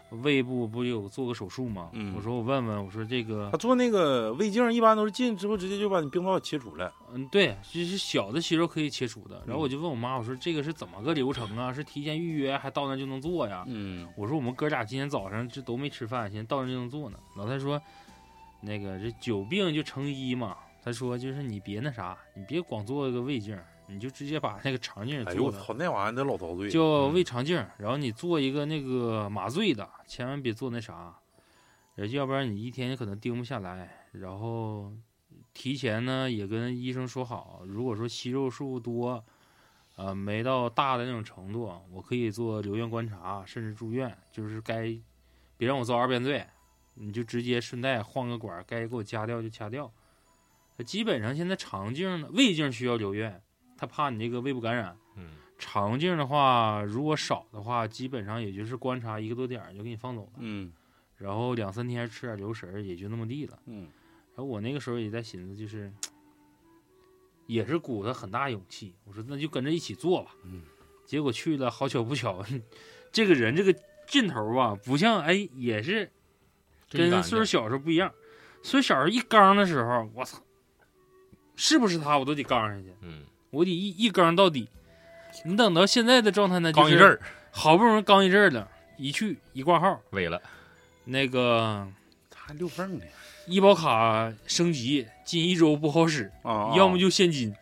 胃部不有做个手术吗？嗯我说我问问，我说这个他，做那个胃镜一般都是进之后直接就把你病灶切除了，嗯，对，就是小的息肉可以切除的。然后我就问我妈，我说这个是怎么个流程啊？是提前预约，还到那就能做呀？嗯，我说我们哥俩今天早上这都没吃饭，现在到那就能做呢。老太说，那个这久病就成医嘛。他说就是你别那啥，你别光做个胃镜，你就直接把那个肠镜哎呦做我了。操，那玩意儿得老遭罪，叫胃肠镜，然后你做一个那个麻醉的，千万别做那啥，呃要不然你一天可能盯不下来。然后提前呢也跟医生说好，如果说息肉数多，呃没到大的那种程度，我可以做留院观察，甚至住院，就是该别让我遭二遍罪，你就直接顺带换个管儿，该给我掐掉就掐掉。呃基本上现在肠镜呢，胃镜需要留院，他怕你这个胃部感染。嗯，肠镜的话，如果少的话，基本上也就是观察一个多点儿就给你放走了，嗯然后两三天吃点流食儿也就那么地了。嗯，然后我那个时候也在寻思，就是也是鼓了很大勇气，我说那就跟着一起做吧。嗯，结果去了，好巧不巧， 这个人这个劲头啊，不像哎，也是真跟敢岁数的小时候不一样。岁数小时候一刚的时候，我操，是不是他我都得刚下去，嗯，我得一一刚到底。你等到现在的状态呢，刚就一是阵儿好不容易刚一阵儿了，一去一挂号，萎了，那个他还溜缝呢，医保卡升级近一周不好使，啊，要么就现金。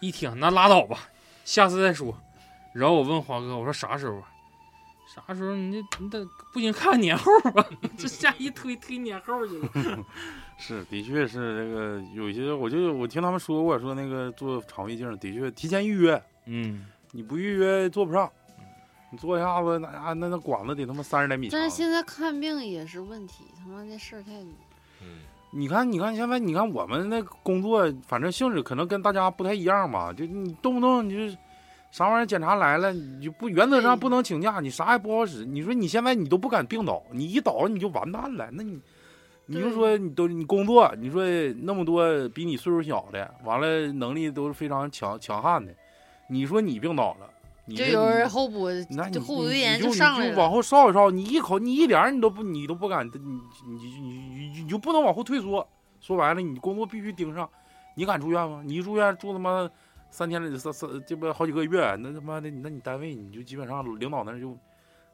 一听那拉倒吧，下次再说。然后我问华哥，我说啥时候啊？啥时候你这你得不行，看年后吧。 这下一推推年后去了。是，的确是这个有些，我就我听他们说过，说那个做肠胃镜的确提前预约，嗯，你不预约做不上，你做一下子那啊那那管子得他妈三十来米长啊但，是现在看病也是问题，他妈那事儿太多。嗯，你看，你看，现在你看我们那工作，反正性质可能跟大家不太一样吧。就你动不动你就是啥玩意儿检查来了，你就不原则上不能请假，你啥也不好使。你说你现在你都不敢病倒，你一倒你就完蛋了。那你你就对说你都你工作，你说那么多比你岁数小的，完了能力都是非常强强悍的，你说你病倒了，你就这有人你后脖那你就后你脖你炎就上来你就了。往后稍一稍，你一口你一点儿你都不你都不敢，你你你你你就不能往后退缩，说白了，你工作必须盯上，你敢住院吗？你一住院住他妈三天三三这不好几个月，那他妈的，那你单位你就基本上领导那儿就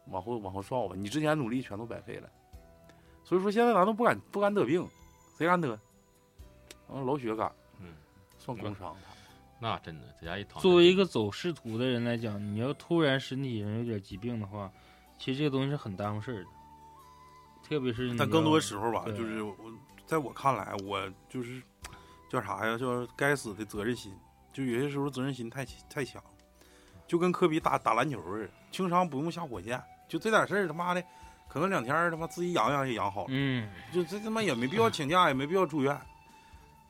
往后往后稍吧，你之前努力全都白费了。所以说现在咱都不敢不敢得病，谁敢得？嗯，老雪敢，嗯，算工伤他。那真的在家一躺，作为一个走仕途的人来讲，你要突然身体上有点疾病的话，其实这个东西是很耽误事儿的，特别是你但要更多时候吧，嗯对就是我在我看来，我就是叫啥呀？叫该死的责任心，就有些时候责任心太太强，就跟科比打打篮球似的，轻伤不用下火箭，就这点事儿，他妈的，可能两天儿他妈自己养养也养好了，嗯，就这他妈也没必要请假，也没必要住院，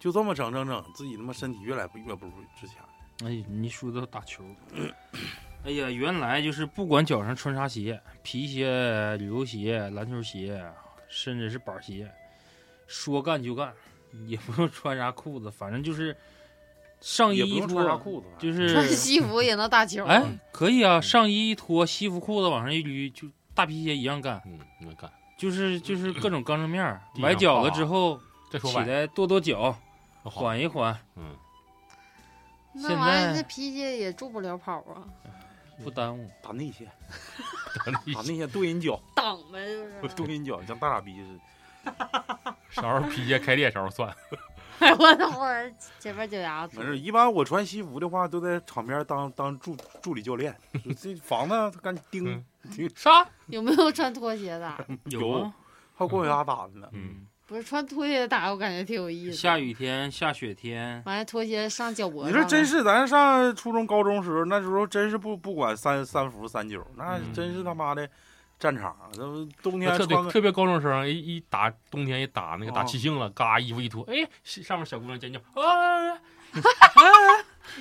就这么整整整，自己他妈身体越来越不如之前。哎，你说到打球， 哎呀，原来就是不管脚上穿啥鞋，皮鞋、旅游鞋、篮球鞋，甚至是板鞋，说干就干，也不用穿啥裤子，反正就是上衣也不一用穿啥嗯脱，裤子吧，就穿是西服也能打球。哎，可以啊，上衣一脱，西服裤子往上一捋，就大皮鞋一样干，嗯，你们看就是就是各种刚正面儿，地上崴脚了之后再说起吧，来跺跺脚，好，缓一缓，嗯，那现玩意在儿，那皮鞋也助不了跑啊，不耽误。打内线， 打内 线跺人脚， 挡呗就是跺。人脚像大傻逼似的。啥时候皮鞋开裂，啥时 候算，哎， 我等会儿前面脚丫子没。事，一般我穿西服的话，都在场边当当助助理教 练，就这防呢，他干盯嗯盯，啥？有没有穿拖鞋的？ 有啊，还有光脚丫打的呢。嗯，不是穿拖鞋打，我感觉挺有意思。下，雨天、下雪天，完了拖鞋上脚脖你子。说真是，咱上初中、高中时候，那时候真是不不管三三伏三九，那真是他妈的战场。那不冬天嗯特穿别个特别高中生一一打冬天一打那个打哦气性了，嘎衣服一脱，哎，上面小姑娘尖叫啊！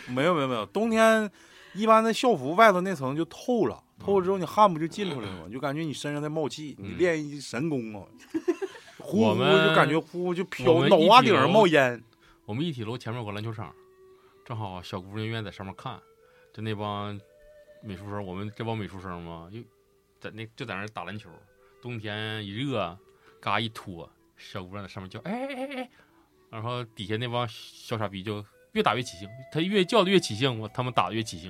没有没有没有，冬天一般的校服外头那层就透了，透了之后你汗不就进出来了吗？就感觉你身上在冒气，你嗯练一神功 啊，呼我呼们就感觉呼呼就我飘，们脑一瓜比顶上楼冒烟。我们一体楼前面有个篮球场，正好小姑娘愿意在上面看，就那帮美术生，我们这帮美术生嘛，就在那就在那打篮球，冬天一热，嘎一脱，小姑娘在上面叫，哎哎哎哎，然后底下那帮小傻逼就越打越起兴，他越叫的越起兴，我他们打的越起兴，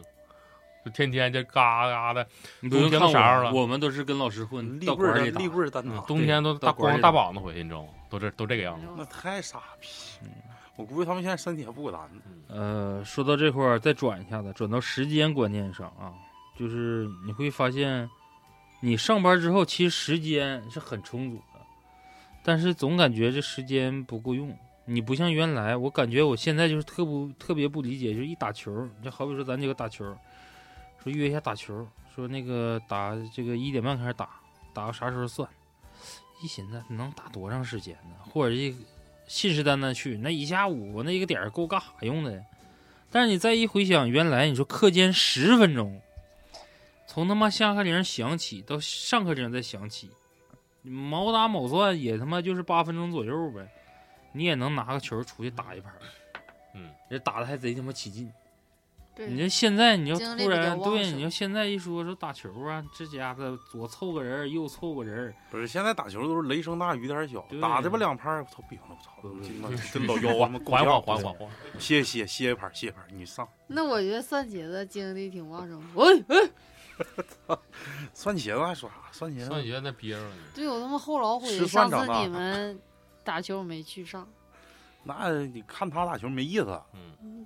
就天天就嘎嘎的，你不用冬天看都我啥样们，了我们都是跟老师混，立到棍馆儿儿里单打立。棍儿单打，冬天都大到馆儿光里大打膀子回去，你知道吗？都这都这个样子，那太傻逼了。我估计他们现在身体还不够咱呢。呃，说到这块儿，再转一下子，转到时间观念上啊，就是你会发现，你上班之后其实时间是很充足的，但是总感觉这时间不够用。你不像原来，我感觉我现在就是特不特别不理解，就是一打球，就好比说咱几个打球，说约一下打球，说那个打这个一点半开始打，打到啥时候算？一寻思能打多长时间呢？或者一信誓旦旦去，那一下午那一个点儿够干啥用的呀？但是你再一回想，原来你说课间十分钟，从他妈下课铃响起到上课铃再响起，毛打毛算也他妈就是八分钟左右呗，你也能拿个球出去打一盘儿，嗯，这打的还贼他妈起劲。对你这现在你要嗯精力突比较然旺对，盛你要现在一说说打球啊，这家伙左凑个人儿，右凑个人儿，不是，现在打球都是雷声大雨点小对，打这不两拍儿，我操，不行了，我操，对这他妈对对真老腰啊，他妈够缓呛缓缓缓，缓，歇歇歇一盘儿，歇一盘儿，你上。那我觉得蒜茄子精力挺旺盛的。喂， 哎酸茄子还说啥？酸茄上子，学那憋着了呢。对我他妈后老悔，吃蒜上长次大你们打球我没去上，那你看他打球没意思，啊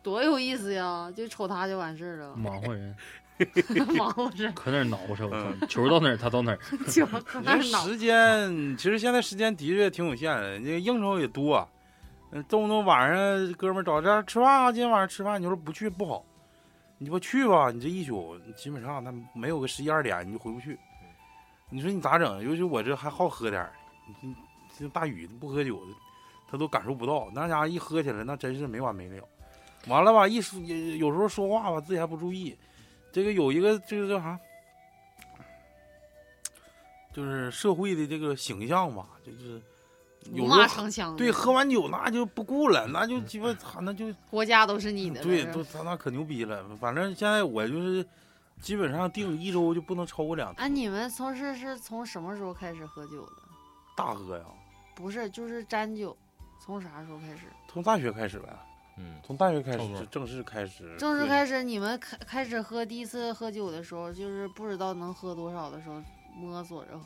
多有意思呀！就瞅他就完事儿嗯了，忙活人， 忙活着可那儿挠着，我操，球到哪儿他到哪儿，就那 因为是脑。时间其实现在时间的确挺有限的，那个应酬也多，嗯，动不动晚上哥们儿找这儿吃饭啊，今天晚上吃饭，你说不去不好，你说去吧，你这一宿基本上那没有个十一二点你就回不去，你说你咋整？尤其我这还好喝点儿，你这大宇不喝酒，他都感受不到，那家伙一喝起来那真是没完没了，完了吧，一说有有时候说话吧自己还不注意，这个有一个这个叫啥？就是社会的这个形象吧，就是有五时候马长枪，对喝完酒那就不顾了，那就鸡巴操那就国家都是你嗯的了。啊嗯对是，吧都他那可牛逼了。反正现在我就是基本上定一周就不能超过两哎，你们从是是从什么时候开始喝酒的？大喝呀，不是，就是沾酒，从啥时候开始？从大学开始呗，嗯，从大学开差不多始正式开始，正式开始，你们开开始喝第一次喝酒的时候，就是不知道能喝多少的时候，摸索着喝，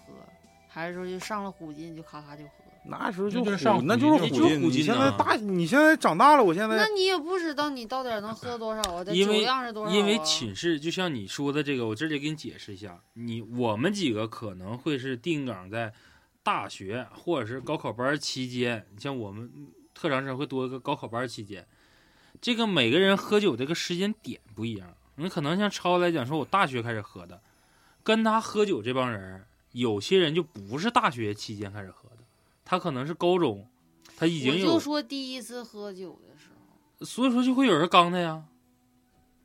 还是说就上了虎劲就咔咔就喝？那时候那就就是虎上虎那筋就是那虎就是筋。虎你筋现在呐大，你现在长大了，我现那在你也不知道你到底能喝多少啊？这因酒为量是多少、啊？因为寝室就像你说的这个，我这里给你解释一下，你我们几个可能会是定岗在大学或者是高考班期间，你像我们特长生会多一个高考班期间，这个每个人喝酒这个时间点不一样。你可能像超来讲，说我大学开始喝的，跟他喝酒这帮人，有些人就不是大学期间开始喝的，他可能是高中，他已经我有就说第一次喝酒的时候，所以说就会有人刚他呀，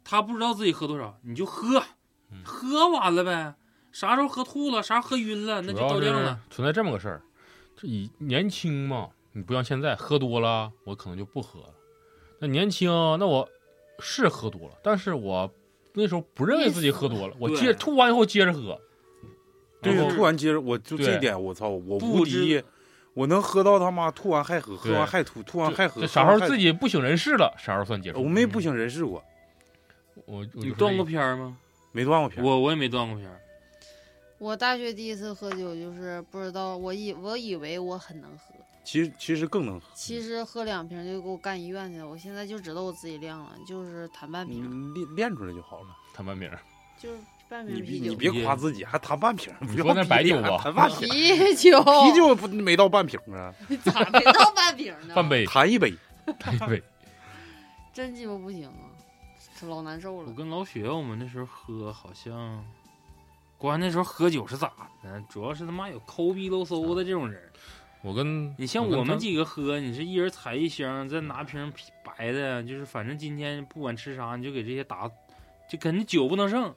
他不知道自己喝多少，你就喝啊嗯，喝完了呗，啥时候喝吐了，啥时候喝晕了，那主就要到是量了。存在这么个事儿，这以年轻嘛，你不像现在喝多了，我可能就不喝了。那年轻，那我是喝多了，但是我那时候不认为自己喝多了，我对接吐完以后接着喝。对然后呀，吐完接着我就对这点，我操，我不无知敌，我能喝到他妈吐完还喝，喝对完还吐，吐完这还喝，喝这啥时完候还自己不省人事了，啥时候算结束。我没不省人事过，我，我你就断是过片儿吗？没断过片儿。我我也没断过片儿。我大学第一次喝酒就是不知道，我以我以为我很能喝，其实其实更能喝，嗯其实喝两瓶就给我干医院去了。我现在就知道我自己量了，就是谈半你瓶，嗯练练出来就好了。谈半名儿，就是半你瓶啤别你酒。别夸自己，还谈半瓶儿，你不要说那逼白酒脸啊谈 半瓶儿，啤酒，啤酒不没到半瓶儿啊，咋没到半瓶呢？半， 杯，谈一杯。半杯。真鸡巴不行啊，这老难受我了。跟老雪我们那时候喝好像，关键那时候喝酒是咋的呢？主要是他妈有抠逼搂嗖的这种人。我跟 你像跟我们咱几个喝，你是一人采一箱，再拿瓶啤白的，就是反正今天不管吃啥，你就给这些打，就肯定酒不能剩，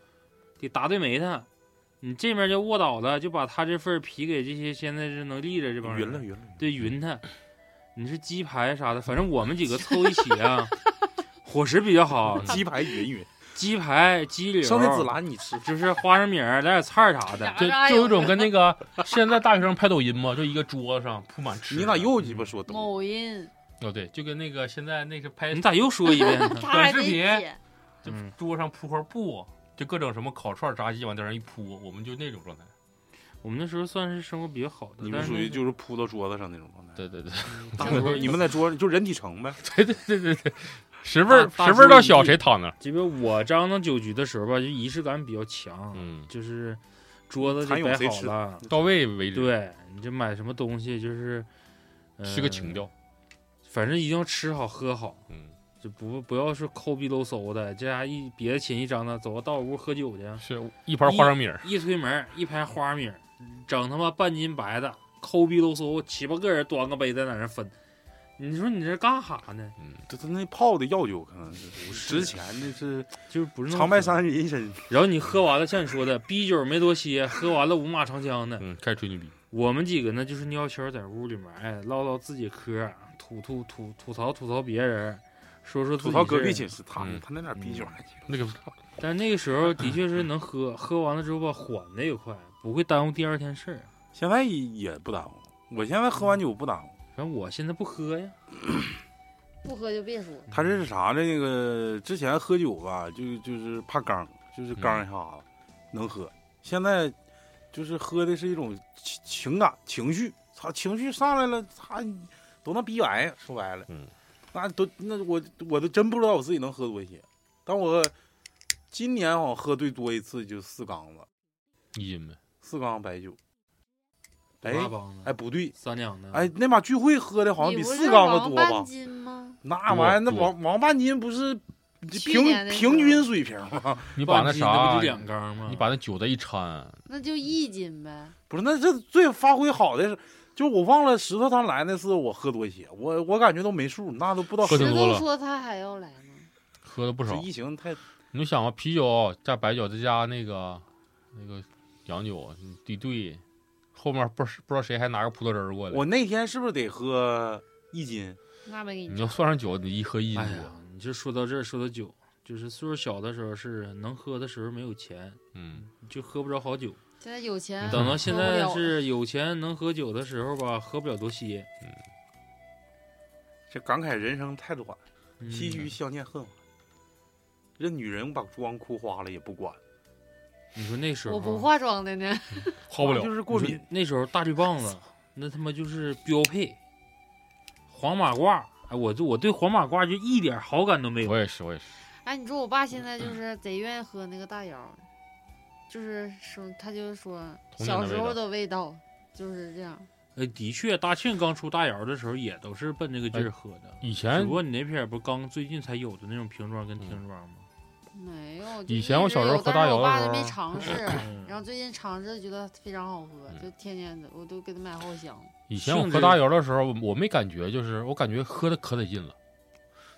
得打对没他。你这面就卧倒了，就把他这份儿啤给这些现在是能立着这帮人匀了匀了，对匀他。你是鸡排啥的，反正我们几个凑一起 啊，伙食比较好，鸡排匀匀。鸡排、鸡柳，啊上那紫兰你吃，就是花生米儿，来点菜儿啥 的。就就有一种跟那个现在大学生拍抖音嘛，就一个桌子上铺满吃的。你咋又鸡巴说都？某音，哦对，就跟那个现在那是拍你咋又说一遍呢？ 他还得短视频剪就嗯桌上铺块布，就各种什么烤串、炸鸡往地上一铺，我们就那种状态。我们那时候算是生活比较好的，你们但是属于就是扑到桌子上那种状态。对对对 大桌你们在桌上就人体城 呗，对对对对对， 十份儿大十份儿到大小叔谁躺那儿？这边我张罗酒局的时候吧，就仪式感比较强，嗯，就是桌子蚕就蛹摆谁好吃了，到位为止，对，你就买什么东西就是，呃、是个情，调。反正一定要吃好喝好，嗯，就不不要是抠逼搂嗖的，这家一别的亲戚张的，走到屋喝酒去，是一盘花生米儿，一推门一拍花米儿，整他妈半斤白的，抠逼搂嗖，七八个人端个杯在那儿分，你说你这干哈呢？嗯这他那泡的药酒可能是值钱，那是就是不是那么长白喝山人参。然后你喝完了，像你说的，逼酒没多些，喝完了五马长枪的。嗯，开始吹牛逼。我们几个呢，就是尿悄在屋里面，哎，唠唠自己嗑，吐吐吐吐槽吐槽别人，说说自己吐槽隔壁事寝室，他嗯他那点啤酒还行。那个但那个时候的确是能喝， 喝完了之后吧，缓的也快，不会耽误第二天事儿。嗯现在也不耽误，我现在喝完酒不耽误。反正我现在不喝呀，不喝就别说。他这是啥呢？那个之前喝酒吧，就就是怕刚，就是刚一下子、能喝。现在就是喝的是一种情情感情绪，操，情绪上来了，他都那逼玩意儿，说白了，嗯，那都那我我都真不知道我自己能喝多些。但我今年好像喝最多一次就四缸子，一斤呗，四缸白酒。哎拉嗯帮子，哎，不对，三两的，哎，，那把聚会喝的好像你比不四是缸子王多吧半？斤吗？那玩意儿，那多王王半斤不是去平年那时候平均水平吗？你你把那那啥不就，两缸吗？你把那酒再一掺，那就一斤呗。不是，那这最发挥好的是，就我忘了石头他来那次我喝多些，我我感觉都没数，那都不知道喝是挺石多头了说他还要来呢，喝的不少。疫情太你就想吧，啤酒加白酒再加那个那个洋酒，你敌对，后面不是不知道谁还拿个葡萄汁儿过来。我那天是不是得喝一斤？ 那没给你你。要算上酒，你一喝一斤哎多呀。，你就说到这儿，说到酒，就是岁数小的时候是能喝的时候没有钱，嗯，就喝不着好酒。现在有钱，等到现喝不在了了是有钱能喝酒的时候吧，喝不了多些。这感慨人生太短，嗯唏嘘相见恨晚。这女人把妆哭花了也不管，你说那时候我啊不化妆的呢， 花不了就。是过你说敏。那时候大绿棒子，那他妈就是标配，黄马褂。哎，我就我对黄马褂就一点好感都没有。我也是，我也是。哎，你说我爸现在就是贼愿意喝那个大窑，就是说他就说童年小的时候味道的味道就是这样。呃，的确，大庆刚出大窑的时候也都是奔这个劲儿喝的。以只前不过哎你那嗯片儿不刚最近才有的那种瓶装跟听装吗？，没有，以就前一我直小时候有喝但大是窑我的爸时都没候尝试嗯然后最近尝试觉得非常好喝，嗯就天天的我都给他买好箱。以前我性喝质大窑的时候，我我没感觉，就是我感觉喝的可得劲了。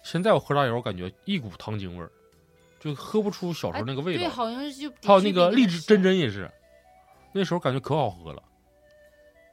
现在我喝大窑，我感觉一股糖精味儿，就喝不出小时候那个味哎对，道。好像是就的还有确那比个那荔枝是真真也是，那时候感觉可好喝了。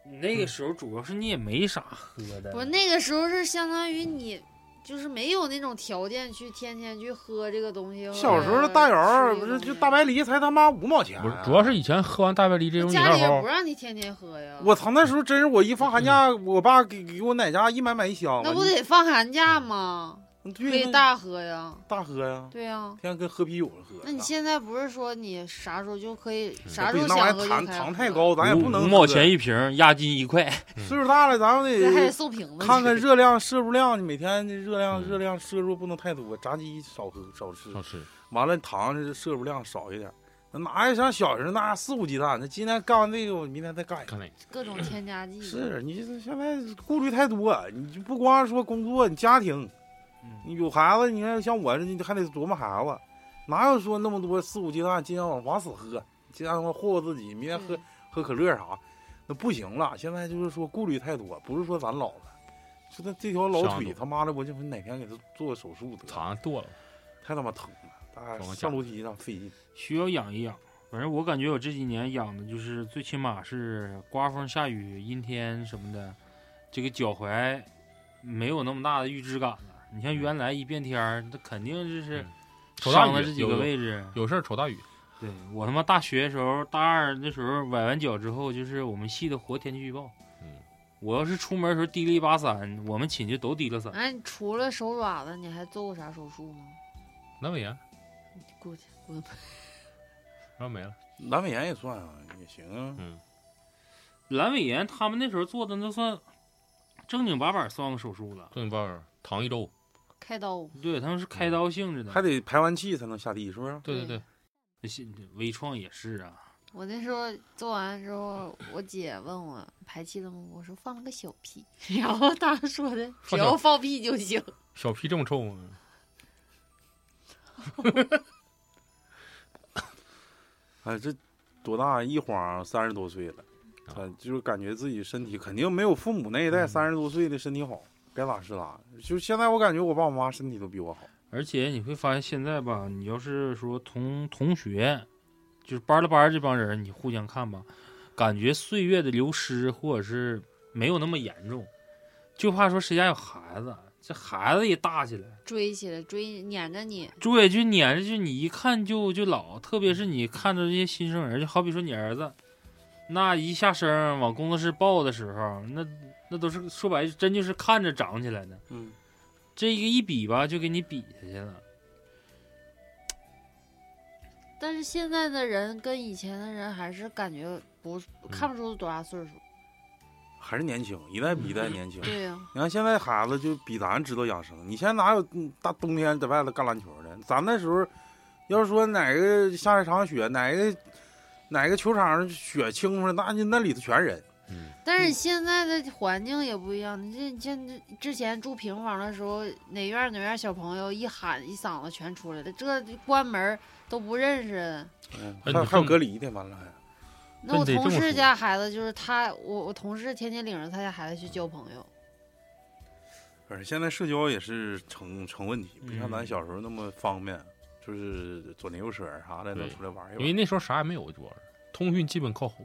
你那个时候主要是你也没啥喝的。不是那个时候是相当于你。就是没有那种条件去天天去喝这个东西。小时候的大窑不是就大白梨才他妈五毛哎钱啊、不是，主要是以前喝完大白梨这梨种饮家料里也不后，让你天天喝呀。我操，那时候真是我一放寒假，我爸给给我奶家一买买一箱，那不得放寒嗯假吗？可对以那嗯大喝呀。大喝呀，对呀，天天跟喝啤酒似的喝。那你现在不是说你啥时候就可以，嗯啥时不候行那想玩意喝儿就开糖始糖喝太，高，咱也五不能五毛喝钱一瓶，押金一块。岁数大了，咱们这还得得送瓶子去。看看热量摄入量，你每天这热量嗯热量摄入不能太多，炸鸡少喝少吃，好吃。完了糖这摄入量少一点。那哪有像小时候那四五鸡蛋？那今天干完这个，我明天再干哎一个。看那个，各种添加剂。是你这现在顾虑太多，你就不光说工作，你家庭，嗯你有孩子，你看像我，你还得琢磨孩子，哪有说那么多四五鸡蛋，今天往往死喝，今天他妈霍霍自己，明天喝对喝可乐啥，那不行了。现在就是说顾虑太多，不是说咱老了，说他这条老上腿路他妈的，我就哪天给他做个手术得了，糖啊剁了，太他妈疼了，大我家讲上楼梯上费劲。需要养一养。反正我感觉我这几年养的就是最起码是刮风下雨阴天什么的，这个脚踝没有那么大的预知感了。你像原来一变天儿，那肯定就是嗯瞅大伤了雨这几有个有位置。有事儿瞅大雨。对我他妈大学的时候，大二那时候崴完脚之后，就是我们系的活天气预报。嗯，我要是出门的时候提了一把伞，我们寝就都提了伞。哎，你除了手爪子，你还做过啥手术吗？阑尾炎，过去，滚！然后没了。阑尾炎也算啊，也行啊。嗯，阑尾炎他们那时候做的那算正经八百算个手术了，正经八百糖一周。开刀，对他们是嗯开刀性质的。还得排完气才能下地，是不是？对对对对，信微创也是啊，我那时候做完之后，我姐问我排气了吗？我说放了个小屁，然后她说的只放小要放屁就行。小屁这么臭吗？哎，这多大一晃三十多岁了，啊他就是感觉自己身体肯定没有父母那一代嗯三十多岁的身体好，该咋是咋。就是现在我感觉我爸我妈身体都比我好，而且你会发现现在吧，你要是说同同学，就是班儿的班儿这帮人，你互相看吧，感觉岁月的流失或者是没有那么严重，就怕说谁家有孩子，这孩子一大起来，追起来，追撵着你，对，就撵着就你一看就就老，特别是你看着这些新生儿，就好比说你儿子，那一下生儿往工作室抱的时候，那那都是说白了真就是看着长起来的。嗯，这个一比吧，就给你比下去了。但是现在的人跟以前的人还是感觉不看不出多大岁数。还是年轻，一代比一代年轻。嗯对呀、你看现在孩子就比咱知道养生，你现在哪有嗯大冬天在外头干篮球的？咱那时候，要是说哪个下一场雪，哪个哪个球场雪清出来，那就那里头全人。嗯，但是现在的环境也不一样。你这你像这之前住平房的时候，哪院儿哪院儿小朋友一喊一嗓子全出来了，这关门儿都不认识。嗯，哎还有你还有这么隔离的，完了还。那我真得同这么事说家孩子就是他，我我同事天天领着他家孩子去交朋友。而现在社交也是成成问题，不像嗯咱小时候那么方便，就是左邻右舍啥的能对出来玩一因为玩。那时候啥也没有，主要是通讯基本靠后。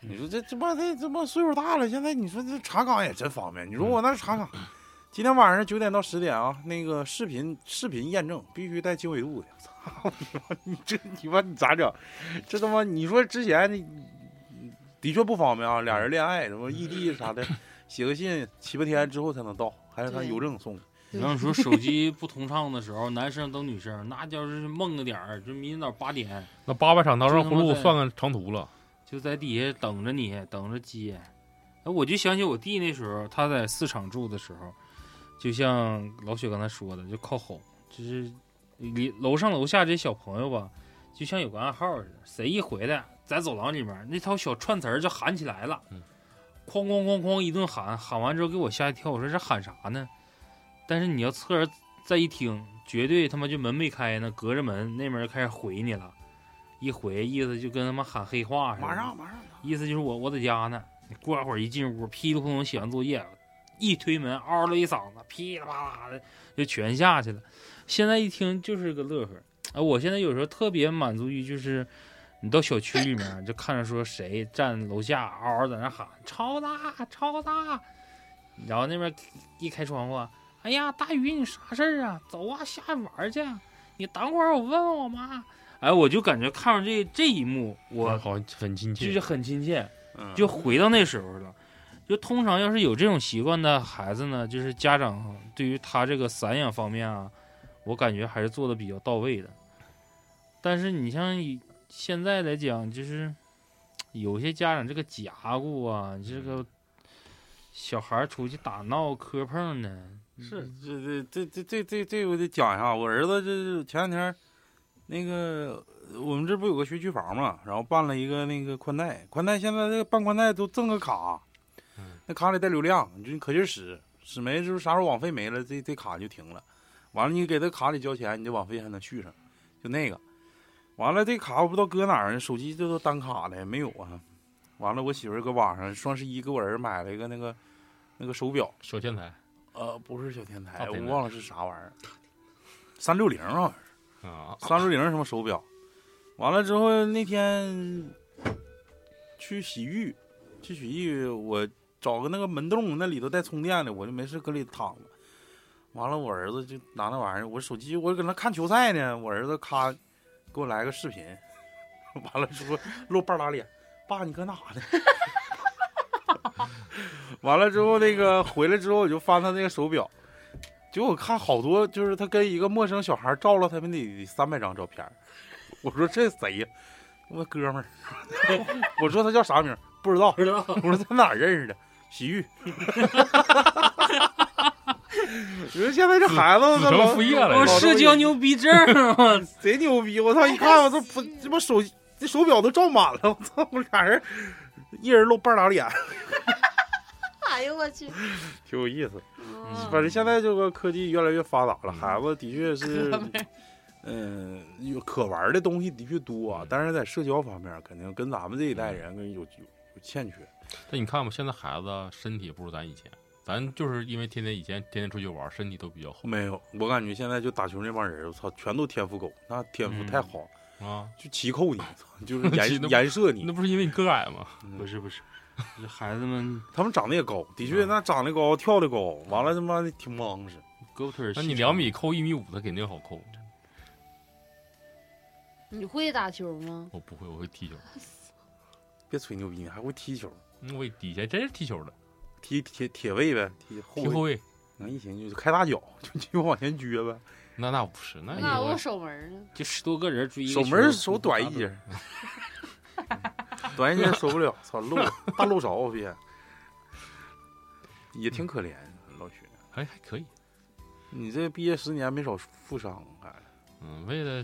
你说这这帮这这帮岁数大了，现在你说这查岗也真方便。嗯你说我那查岗，今天晚上九点到十点啊，那个视频视频验证必须带经纬度的。 操你妈！你这你妈你咋整？这他妈你说之前你的确不方便啊，俩人恋爱什么异地啥的，写个信七八天之后才能到，还是他对邮政送的。你要说手机不通畅的时候，男生等女生，那要是梦个点儿，就明天早八点那八百场当上这葫他妈芦在算个长途了，就在底下等着你，等着接。哎，我就想起我弟那时候，他在市场住的时候，就像老雪刚才说的，就靠吼，就是离楼上楼下这些小朋友吧，就像有个暗号似的，谁一回来，在走廊里面那套小串词儿就喊起来了嗯，哐哐哐哐一顿喊，喊完之后给我吓一跳，我说这喊啥呢？但是你要侧耳再一听，绝对他妈就门没开呢，隔着门那门就开始回你了，一回意思就跟他妈喊黑话似的，马上马上，意思就是我我在家呢。过一会儿一进屋，噼里扑通写完作业，一推门嗷了一嗓子，噼里啪啦的就全下去了。现在一听就是个乐呵。啊，我现在有时候特别满足于就是。你到小区里面就看着说谁站楼下嗷嗷在那喊超大超大，然后那边一开窗户，哎呀大宇你啥事儿啊？走啊下去玩儿去啊，你等会儿我问问我妈。哎，我就感觉看着这这一幕，我好像很亲就切是。很亲切，嗯就回到那时候了。就通常要是有这种习惯的孩子呢，就是家长对于他这个散养方面啊，我感觉还是做的比较到位的。但是你像以现在来讲，就是有些家长这个夹固啊，这个小孩儿出去打闹磕碰呢，是这这这这这这这我得讲一下，我儿子这前两天，那个我们这不有个学区房嘛，然后办了一个那个宽带，宽带现在这个办宽带都赠个卡，嗯那卡里带流量，你就可劲儿使，使没就是啥时候网费没了，这这卡就停了。完了，你给他卡里交钱，你这网费还能续上，就那个。完了，这卡我不知道搁哪儿，手机这都单卡的，没有啊。完了，我媳妇儿搁网上双十一给我儿买了一个那个那个手表，小天才呃，不是小天才，大天才我忘了是啥玩意儿，三六零啊，啊，三六零什么手表？完了之后那天去洗浴，去洗浴，我找个那个门洞，那里头带充电的，我就没事搁里躺着。完了，我儿子就拿那玩意儿，我手机我搁那看球赛呢，我儿子咔给我来个视频， 完了之后露半拉脸，爸你搁哪呢？完了之后那个回来之后我就翻他那个手表，结果我看好多就是他跟一个陌生小孩照了他们得三百张照片儿，我说这谁呀？我哥们儿， 我说他叫啥名儿？不知道。知道？我说在哪儿认识的？洗浴。你说现在这孩子，我子操承父业了我老社交牛逼症，啊我操贼牛逼！我操，一看我这不这不手这手表都照满了，我操，我俩人一人露半拉脸， 哎呦我去！挺有意思。嗯反正现在这个科技越来越发达了，嗯孩子的确是，嗯，有可玩的东西的确多啊嗯，但是在社交方面，肯定跟咱们这一代人跟有有有欠缺。但你看吧，现在孩子身体不如咱以前，咱就是因为天天以前天天出去玩，身体都比较好没有，我感觉现在就打球那帮人，我操，全都天赋狗，那天赋嗯太好了，啊。就骑扣你，操， 就是骑那颜颜射你那。不是因为你个矮 吗？嗯 不是不是，这孩子们他们长得也高，的确，嗯那长得高，跳得高，完了他妈的挺莽实。胳膊腿儿细那长。你两米扣一米五，他肯定好扣。你会打球吗？我不会，我会踢球。别吹牛逼，你还会踢球，嗯我以前真是踢球的，踢铁铁卫呗，踢后踢后卫。卫。那一行就开大脚，就就往前撅呗。那那不是，那那以啊我后守门呢？就十多个人追一个守球门手短一截， 短一截守不了，操漏大漏勺别，也挺可怜老许，还还可以。你这毕业十年没少负伤，哎，嗯，为了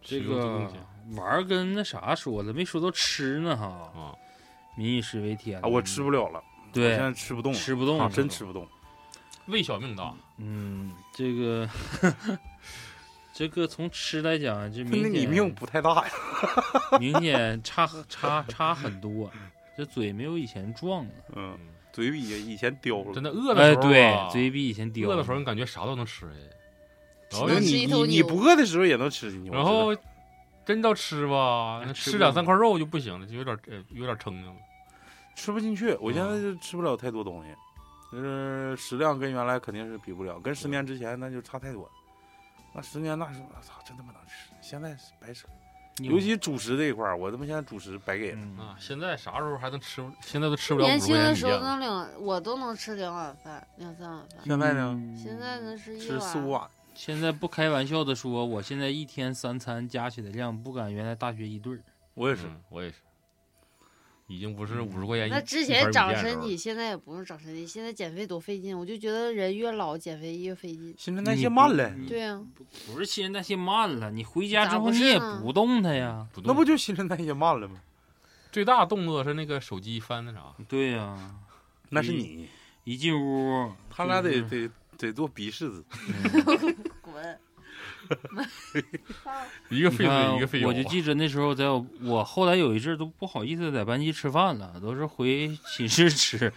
这使用做贡个献玩儿跟那啥说了，没说到吃呢哈。啊，民以食为天啊，我吃不了了，我现哎对，在吃不动了，吃不动啊了，真吃不动。为小命大。嗯，这个这个从吃来讲，这明那显你命不太大呀？明显差差差很多，这嘴没有以前壮了。嗯，嗯嘴比以前刁了真。的饿的哎，时候啊，对，嘴比以前刁。饿的时候你感觉啥都能吃哎。然后那能吃你一头你你牛不饿的时候也能吃牛，然后真到吃吧，那吃哎吃不两三块肉就不行了，就有点呃有点撑了。吃不进去。我现在就吃不了太多东西，就是食量跟原来肯定是比不了，跟十年之前那就差太多了。那十年那时候，我操，真他妈能吃！现在是白扯，尤其主食这一块儿，我他妈现在主食白给了。嗯啊，现在啥时候还能吃？现在都吃不了五年十轻块的钱时米候了。能两，我都能吃两碗饭，两三碗嗯饭。现在呢，嗯现在能吃一吃四五碗，碗，现在不开玩笑的说，我现在一天三餐加起来量不敢原来大学一顿儿。我也是。嗯，我也是，已经不是五十块钱一。那之一前盘长米线的时身候体，现在也不用长身体，现在减肥多费劲。我就觉得人越老减肥越费劲。新陈代谢慢了，你嗯不，对啊呀、你不是新陈代谢慢了，你回啊家之咋后不你是也呢不动弹呀。不那动不就新陈代谢慢了吗？最大动作是那个手机翻那啥，对呀、那是你，嗯一进屋，他俩得就是得得做鼻拭子。滚！ 你一个费嘴一个啊看费油我就记着那时候在我，我后来有一阵儿都不好意思在班级吃饭了，都是回寝室吃。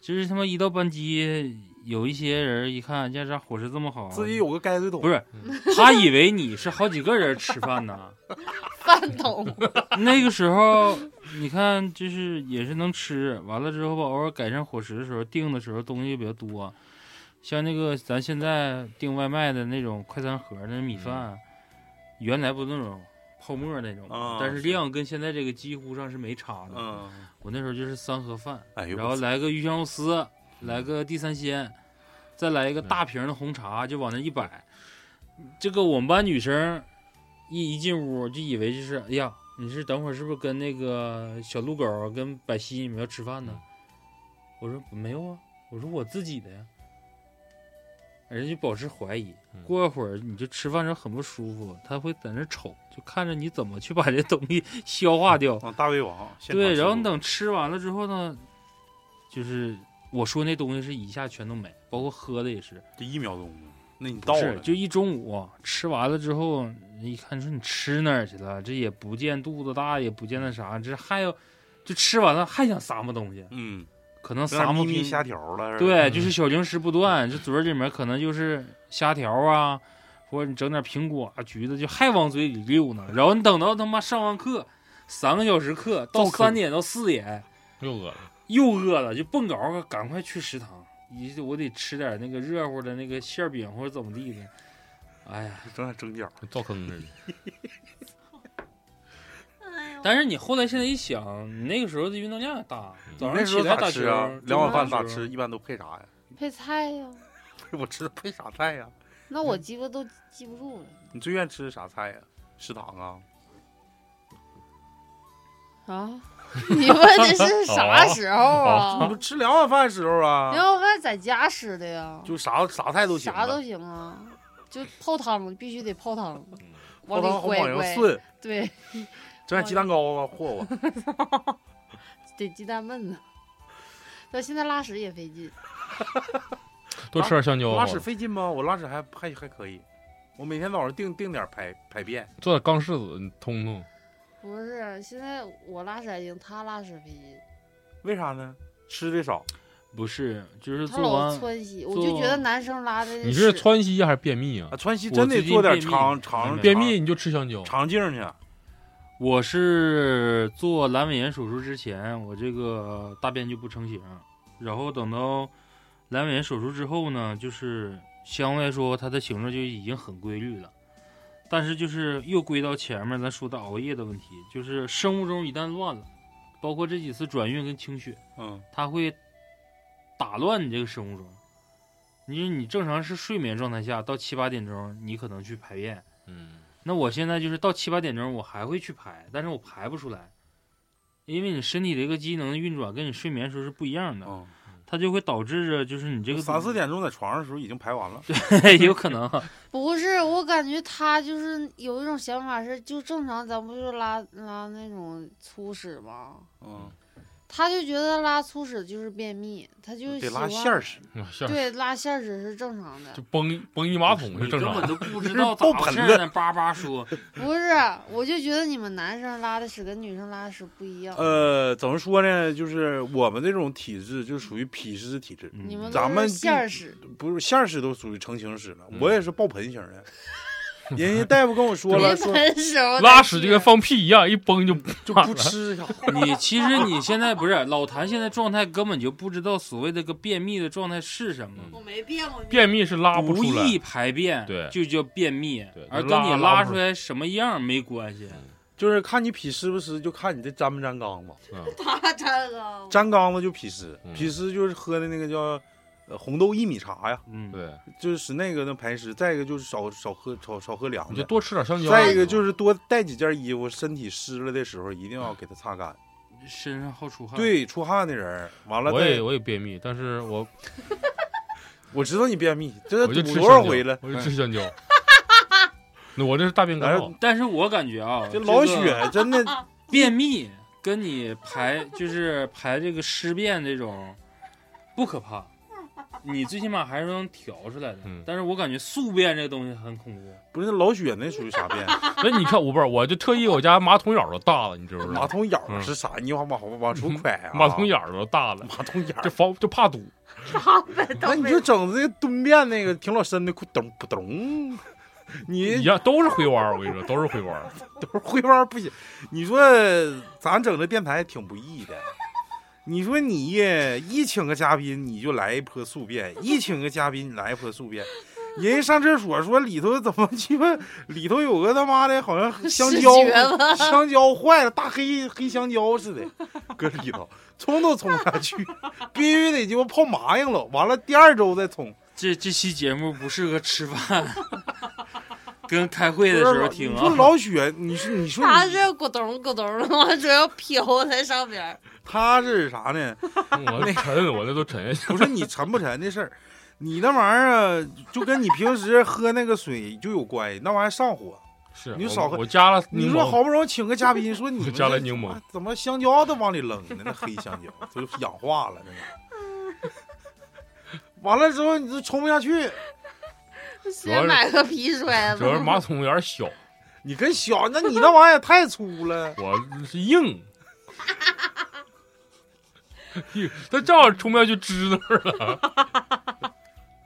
就是他妈一到班级，有一些人一看哎家这伙食这么好，自己有个泔水桶，不是他以为你是好几个人吃饭呢。饭桶， 那个时候你看，就是也是能吃，完了之后吧，偶尔改善伙食的时候，订的时候东西比较多，像那个咱现在订外卖的那种快餐盒儿那米饭，原来不是那种泡沫儿那种，嗯啊但是是量跟现在这个几乎上是没差的。嗯，我那时候就是三盒饭，哎呦，然后来个鱼香肉丝，来个地三鲜，再来一个大瓶的红茶，就往那一摆。这个我们班女生一一进屋就以为就是，哎呀，你是等会儿是不是跟那个小鹿狗跟百西你们要吃饭呢？我说没有啊，我说我自己的呀。人家就保持怀疑嗯，过一会儿你就吃饭时候很不舒服，他会在那瞅，就看着你怎么去把这东西 消化掉。啊，大胃王，现场对，吃然后过你等吃完了之后呢，就是我说那东西是一下全都没，包括喝的也是，这一秒钟，那你不到是了，就一中午吃完了之后，一看说你吃哪儿去了？这也不见肚子大，也不见那啥，这还要就吃完了还想撒么东西，嗯，可能有点撒么咪咪平虾条了， 对，嗯就是小零食不断，这嘴儿里面可能就是虾条啊，或者你整点苹果、啊、橘子，就还往嘴里溜呢。然后你等到他妈上完课，三个小时课到造坑三点到四点又饿了。又饿了，就蹦高了，赶快去食堂，一我得吃点那个热乎的那个馅儿饼或者怎么地的。哎呀，整点蒸饺，跟灶坑似的，哎但是你后来现在一想，你那个时候的运动量也大，早那上时起候来咋打吃球啊，？两碗饭咋中午打球吃？？一般都配啥呀？ 配菜呀、我吃的配啥菜呀？那我鸡巴都记不住了你最愿吃啥菜呀？食堂啊，啊！ 你问的是啥时候你啊 不？吃两碗饭的时候啊，要不然在家吃的呀，就啥啥菜都行呗，啥都行啊，就泡汤必须得泡汤，泡往汤里红膀拐羊拐，炖，对，整点鸡蛋糕啊，和和。得鸡蛋焖子。到现在拉屎也费劲，多吃点香蕉啊我好拉屎了，费劲吗？我拉屎还还还可以，我每天早上定定点排排便，做点钢柿子，你通通。不是现在我拉屎还行，他拉屎费劲，为啥呢？吃的少，不是，就是他做老完窜稀，我做就觉得男生拉的你屎是窜稀呀还是便秘啊啊，？川西我真得最近做点便秘肠肠便便秘你就吃香蕉，肠镜去，啊我是做阑尾炎手术之前，我这个大便就不成形，然后等到阑尾炎手术之后呢，就是相对来说它的形状就已经很规律了，但是就是又归到前面咱说的熬夜的问题，就是生物钟一旦乱了，包括这几次转运跟清血，嗯，它会打乱你这个生物钟。你你正常是睡眠状态下到七八点钟，你可能去排便，嗯，那我现在就是到七八点钟，我还会去排，但是我排不出来，因为你身体的一个机能运转跟你睡眠的时候是不一样的，哦嗯，它就会导致着就是你这个三四点钟在床上的时候已经排完了，点有可能啊不是，我感觉他就是有一种想法是，就正常咱不就拉拉那种粗屎吗？嗯，他就觉得拉粗屎就是便秘，他就得喜嗯拉欢馅儿，吃，啊下对，拉馅儿屎是正常的就。崩崩一马桶是你根正常本的。都不 知道咋爆回盆事儿了呢，叭叭说，不是，我就觉得你们男生拉的屎跟女生拉的屎不一样。呃，怎么说呢？就是我们这种体质就属于脾湿体质，你们嗯咱都们是馅儿屎，不是馅儿食都属于成型食了，嗯我也是爆盆型的。人家大夫跟我说了，临说盆时候拉的屎就跟放屁一样，一崩就就不吃呀，嗯你其实你现在不是老谭现在状态根本就不知道所谓的个便秘的状态是什么。嗯我没变过。便秘是拉不不出来。易排便，对就叫便秘对，而就跟拉你拉拉不出来什么样没关系嗯，就是看你劈湿不湿，就看你这粘不粘缸嘛。嗯，啪粘了个，粘缸子就劈湿，嗯劈湿就是喝的那个叫呃红豆薏米茶呀，嗯，对，就是使那个能排湿。再一个就是少少喝少少喝凉你就的。多吃点香蕉。再一个就是多带几件衣服，身体湿了的时候一定要给它擦干。身上好出汗。，对，出汗的人儿，完了嗯我也再我也便秘，但是我我知道你便秘，这我就吃多少香蕉回啊了？我就吃 香蕉。那我这是大便干哎燥，但是我感觉啊，这老这个雪 真的便秘跟你排就是排这个尸便这种不可怕，你最起码还是能调出来的。嗯但是我感觉宿便这个东西很恐怖。不是老雪那属于啥便？所以你看我不是，我就特意我家马桶眼儿都大了，你知不知马道？桶眼儿嗯是啥？你往往往出拐啊？马桶眼儿都大了，马桶眼儿，就防就怕堵。那你就整这个蹲便那个挺老深的，咕咚咕咚，一你样都是灰弯儿，我跟你说，都是灰 弯儿。都是回弯儿不行。你说咱整这电台挺不易的。你说你一请个嘉宾你就来一波宿便，一请个嘉宾你来一波宿便，人家上厕所说里头怎么鸡巴里头有个他妈的好像香失蕉觉了香蕉坏了，大黑黑香蕉似的，搁里头冲都冲不下去，必须得鸡巴泡麻硬了，完了第二周再冲。这这期节目不适合吃饭， 跟开会的时候听你啊说。老雪，你说你说他你这咕咚咕咚的往主要飘在上边儿，他是啥呢？嗯我沉，我那都沉 下不去。是你沉不沉的事儿，你那玩意儿啊就跟你平时喝那个水就有关系，那玩意儿上火。是你我少喝我加了你柠说檬，好不容易请个嘉宾，说你们加了这柠檬怎么怎么香蕉都往里扔呢？那黑香蕉都氧化了，真的。完了之后你就冲不下去，主先要是买个皮揣子主。要是马桶有点小，你跟小那你那玩意儿也太粗了。我是硬。 他正好冲不下去，支那儿了，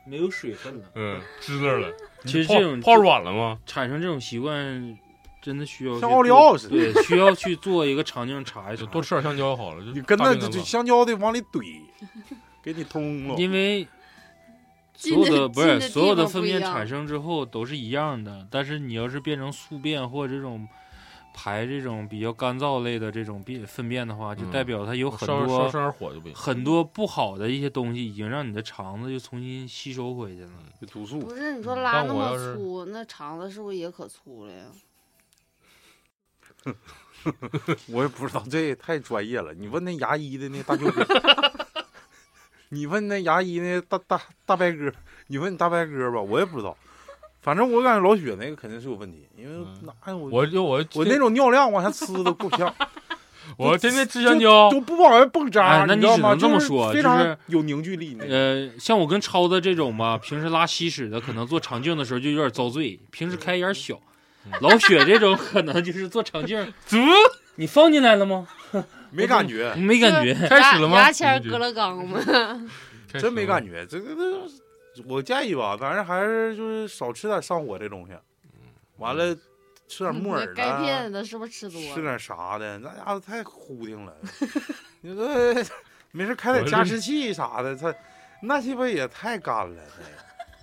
没有水分了。嗯，支那儿了。其实泡这种泡软了吗？产生这种习惯，真的需要像去奥利做奥似的对，需要去做一个肠镜查一查就。多吃点香蕉好了。你跟那就大就便就干香蕉得往里怼，给你通了。因为所进的有的不进是的地方所有的粪不一便样产生之后都是一样的，但是你要是变成宿便或这种排这种比较干燥类的这种便粪便的话，就嗯代表它有燥很烧烧多上点火就不行。很多不好的一些东西已经让你的肠子又重新吸收回去了。就毒素，不是你说嗯拉但那我要么是粗，那肠子是不是也可粗了呀？我也不知道，这也太专业了。你问那牙医的那大舅哥，你问那牙医那大大大白哥，你问你大白哥吧，我也不知道。反正我感觉老雪那个肯定是有问题，因为嗯那、哎我我就我我那种尿量往下呲都够呛，我天天吃香蕉，都不往外蹦渣。哦哎那你你知道只吗？能这么就是说非就常是有凝聚力。那个呃，像我跟超子这种吧，平时拉稀屎的，可能做肠镜的时候就有点遭罪，平时开眼小嗯。老雪这种可能就是做肠镜， 足，你放进来了吗？没感觉，没感觉。就是开始牙了吗牙签儿你搁了缸吗？真没感感觉。这个这个我建议吧，反正还是就是少吃点上火这东西，嗯完了吃点木耳嗯那的。啊钙片的是不是吃多吃了？点啥的，那家伙太忽听了。你说没事开点加湿器啥的，他那鸡巴也太干了。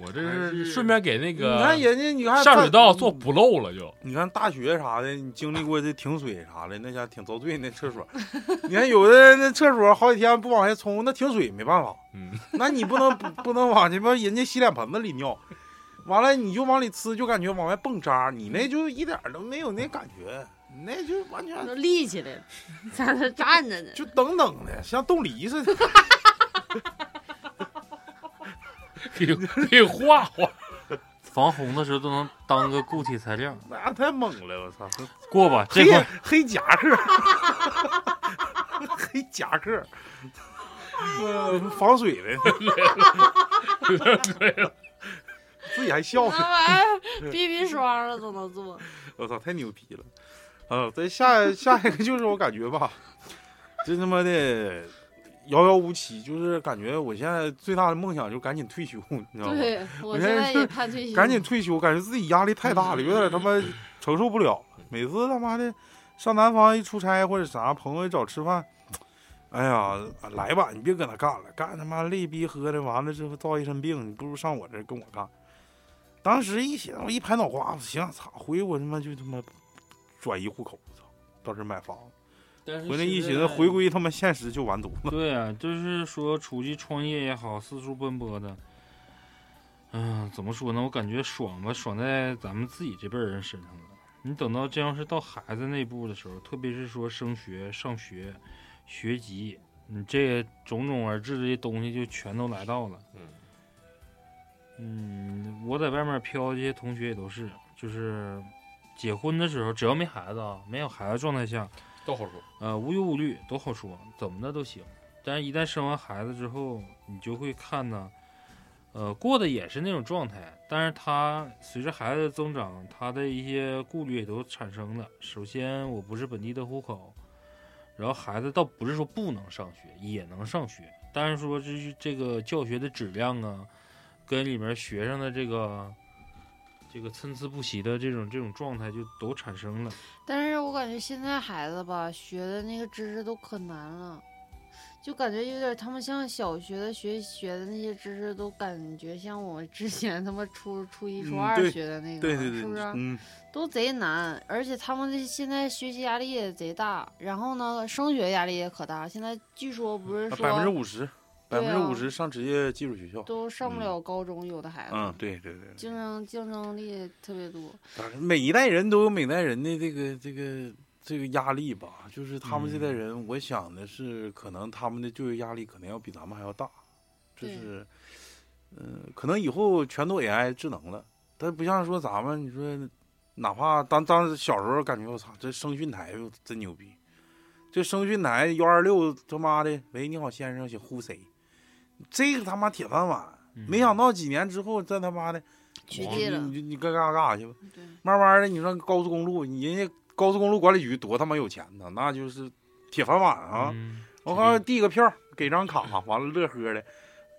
我这还是是顺便给那你看个人家，你看下水道在做补漏了就。你看大学啥的，你经历过这停水啥的，那家挺遭罪那厕所。你看有的人那厕所好几天不往下冲，那停水没办法，嗯，那你不能不不能往鸡巴人家洗脸盆子里尿。完了，你就往里呲，就感觉往外蹦渣，你那就一点儿都没有那感觉，你那就完全 都立起来了，在那站着 呢。就等等的，像冻梨似的。可以可以画画。防洪的时候都能当个固体材料，那太猛了，我操！过吧，这黑块黑夹克， 黑夹克，呃，防水的，自己还笑那呢，玩意儿 BB 霜了都能做，我操，太牛逼了！啊，再下下一个就是我感觉吧，真他妈的遥遥无期，就是感觉我现在最大的梦想就赶紧退休，你知道吗？对我你现看在这也盼退休，赶紧退休，感觉自己压力太大嗯了，有点他妈承受不了。每次他妈的上南方一出差或者啥，朋友一找吃饭，哎呀，来吧，你别搁那干了，干他妈累逼喝的，完了之后造一身病，你不如上我这儿跟我干。当时一想，我一拍脑瓜子，行，操，回我他妈就他妈转移户口，操，当时买房，但嗯是回来现一寻思，在回归他妈现实就完犊 子。对啊，就是说出去创业也好，四处奔波的，嗯，怎么说呢？我感觉爽吧，爽在咱们自己这辈儿人身上了。你等到真要是到孩子那步的时候，特别是说升学、上学、学籍，你这种种而至的东西就全都来到了。嗯嗯，我在外面飘，这些同学也都是，就是结婚的时候，只要没孩子啊，没有孩子状态下，都好说。呃，无忧无虑都好说，怎么的都行。但是，一旦生完孩子之后，你就会看呢，呃，过的也是那种状态，但是他随着孩子的增长，他的一些顾虑也都产生了。首先，我不是本地的户口，然后孩子倒不是说不能上学，也能上学，但是说这是这个教学的质量啊，跟里面学生的这个这个参差不齐的这种这种状态就都产生了。但是我感觉现在孩子吧，学的那个知识都可难了，就感觉有点他们像小学的学学的那些知识，都感觉像我之前他妈初初一、初嗯二对学的那个，对对对，是不是？嗯，都贼难，而且他们这现在学习压力也贼大，然后呢，升学压力也可大。现在据说不是啊百分之说五十，百对分啊之五十上职业技术学校。都上不了高中，有的孩子、嗯，对对对，竞争竞争力特别多。当然每一代人都有每代人的这个这个这个压力吧，就是他们这代人，我想的是，可能他们的就业压力可能要比咱们还要大，就对是，嗯、可能以后全都 AI 智能了，但不像说咱们，你说哪怕当当小时候感觉我操，这声讯台哟真牛逼，这声讯台幺二六他妈的，喂你好先生，想呼谁？这个他妈铁饭碗，没想到几年之后，这他妈的，取哦你缔了你你该干啥干啥去吧。对，慢慢的，你上高速公路，你人家高速公路管理局多他妈有钱呢，那就是铁饭碗啊！嗯我告诉你，递个票，给张卡，完了乐呵的，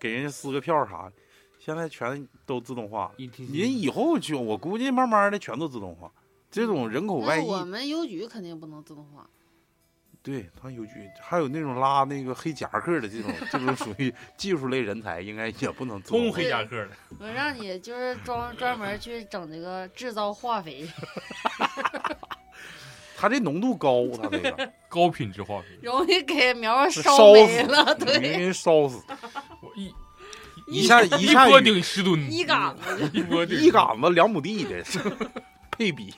给人家撕个票啥的，现在全都自动化了。 ETC 人以后就我估计慢慢的全都自动化，这种人口外那溢，我们邮局肯定不能自动化。对他有局，还有那种拉那个黑夹克的这种，这种属 于技术类人才，应该也不能自动通化黑夹克的，我让你就是专专门去整这个制造化肥，他这浓度高，他这个。高品质化肥，容易给苗儿烧没死了。你给对，人烧死，我一一下一下锅雨顶十吨，一杆子就一锅顶一 杆子两亩地的配比，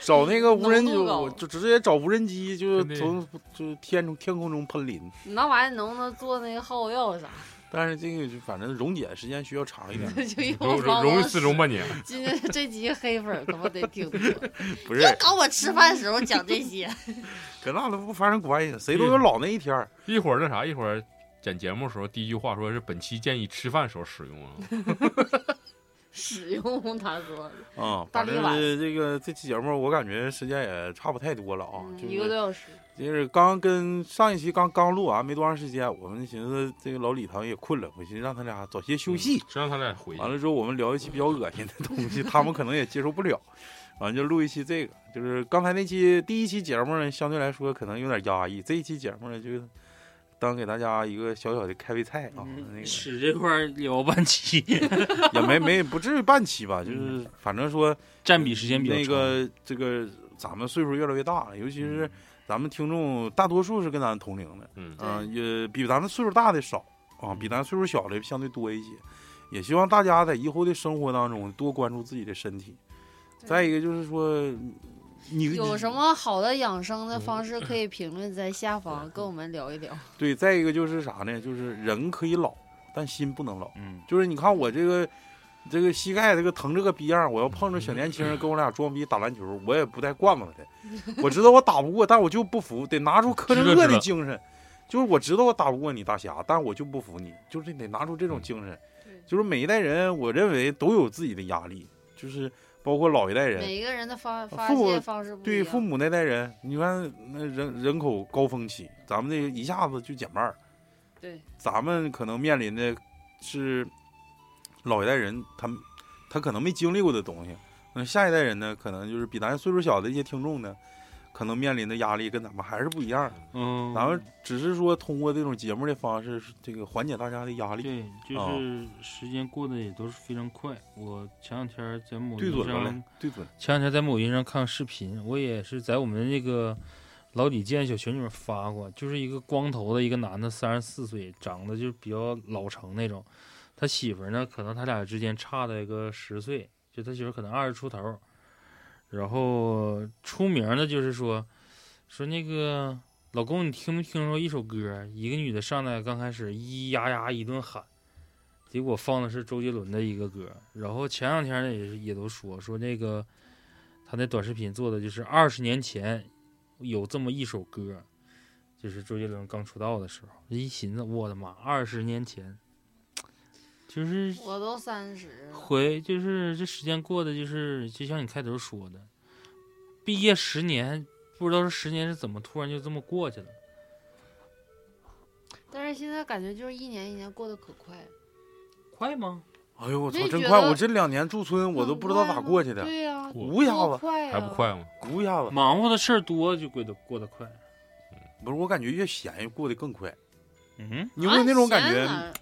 找那个无人浓就度高我就直接找无人机，就真的从就天中天空中喷淋。你那玩意儿能不能做那个耗药啥？但是这个就反正溶解时间需要长一点，嗯就用容容容易四容半年。今天这集黑粉儿他妈得挺多， 不是别搞我吃饭时候讲这些。跟那都不发生关系，谁都有老那一天儿。一会儿那啥，一会儿剪节目时候第一句话说是本期建议吃饭时候使 用啊，使用他说，啊，大反力正丸是这个这期节目我感觉时间也差不太多了啊，嗯就一个是多小时，就是刚跟上一期刚刚录完没多长时间，我们寻思这个老李他们也困了，我寻思让他俩早些休息。谁让他俩回去完？了之后，我们聊一期比较恶心的东西，他们可能也接受不了。 完了就录一期这个，就是刚才那期第一期节目呢，相对来说可能有点压抑，这一期节目呢，就当给大家一个小小的开胃菜啊，那个屎嗯这块儿聊半期， 也没没不至于半期吧，就是反正说占比时间比较长。那个这个咱们岁数越来越大了，尤其是咱们听众大多数是跟咱同龄的，嗯，啊，对嗯也比咱们岁数大的少啊，比咱岁数小的相对多一些。也希望大家在以后的生活当中多关注自己的身体。对再一个就是说，你有什么好的养生的方式可以评论在下方跟我们聊一聊。对？再一个就是啥呢？就是人可以老，但心不能老。嗯，就是你看我这个这个膝盖这个疼这个逼样儿，我要碰着小年轻人跟我俩装逼打篮球，我也不带惯着他的。我知道我打不过，但我就不服，得拿出柯震知恶道知的道精神。就是我知道我打不过你大侠，但我就不服你，就是得拿出这嗯种精神。就是每一代人，我认为都有自己的压力，就是包括老一代人，每一个人的发发父母泄方式不一对样，父母那代人，你看那人人口高峰期，咱们这一下子就减半儿。对咱们可能面临的是老一代人他们他可能没经历过的东西，那下一代人呢，可能就是比咱岁数小的一些听众呢，可能面临的压力跟咱们还是不一样的。嗯，咱们只是说通过这种节目的方式，这个缓解大家的压力。对，哦就是时间过得也都是非常快。我前两天在某对音准了上嘞，对准。前两天在某音上看视频，我也是在我们那个老李健小群里面发过，就是一个光头的一个男的，三十四岁，长得就比较老成那种。他媳妇儿呢，可能他俩之间差了个十岁，就他媳妇儿可能二十出头。然后出名的就是说，说那个老公，你听没听说一首歌？一个女的上来刚开始咿咿呀呀一顿喊，结果放的是周杰伦的一个歌。然后前两天呢也是也都说说那个他那短视频做的就是二十年前有这么一首歌，就是周杰伦刚出道的时候。一寻思，我的妈，二十年前，就是我都三十，回就是这时间过得就是就像你开头说的，毕业十年，不知道这十年是怎么突然就这么过去了。但是现在感觉就是一年一年过得可快了，快吗？哎呦，我操就，真觉快！得我这两年驻村，我都不知道咋过去的，对呀、咕一下多子，快呀、还不快吗？咕一下子。忙活的事儿多就过得过得快。不是，我感觉越闲越过得更快。嗯，你有没有那种感啊闲觉？了？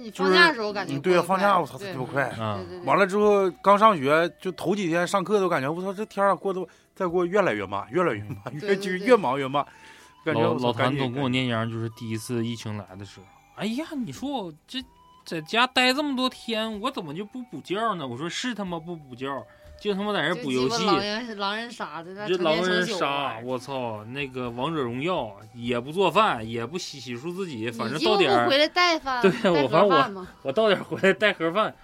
你就放假是的时候感觉嗯过对得啊，放快假我操，对这么快。啊对对对完了之后，刚上学就头几天上课都感觉我操，这天儿啊过得再过越来越慢，越来越慢，对越对就对越忙越慢。感觉老我操老赶谭紧总跟我念叨，就是第一次疫情来的时候，哎呀，你说我这在家待这么多天，我怎么就不补觉呢？我说是他妈不补觉，就他妈在这就补鸡游巴戏。狼人狼人杀的，那这成狼天成哎人宿啊杀，玩我操！那个王者荣耀也不做饭，也不洗洗漱自己，反正你到鸡点巴不儿回来带饭，对带我盒反正我饭吗？我到点儿回来带盒 饭。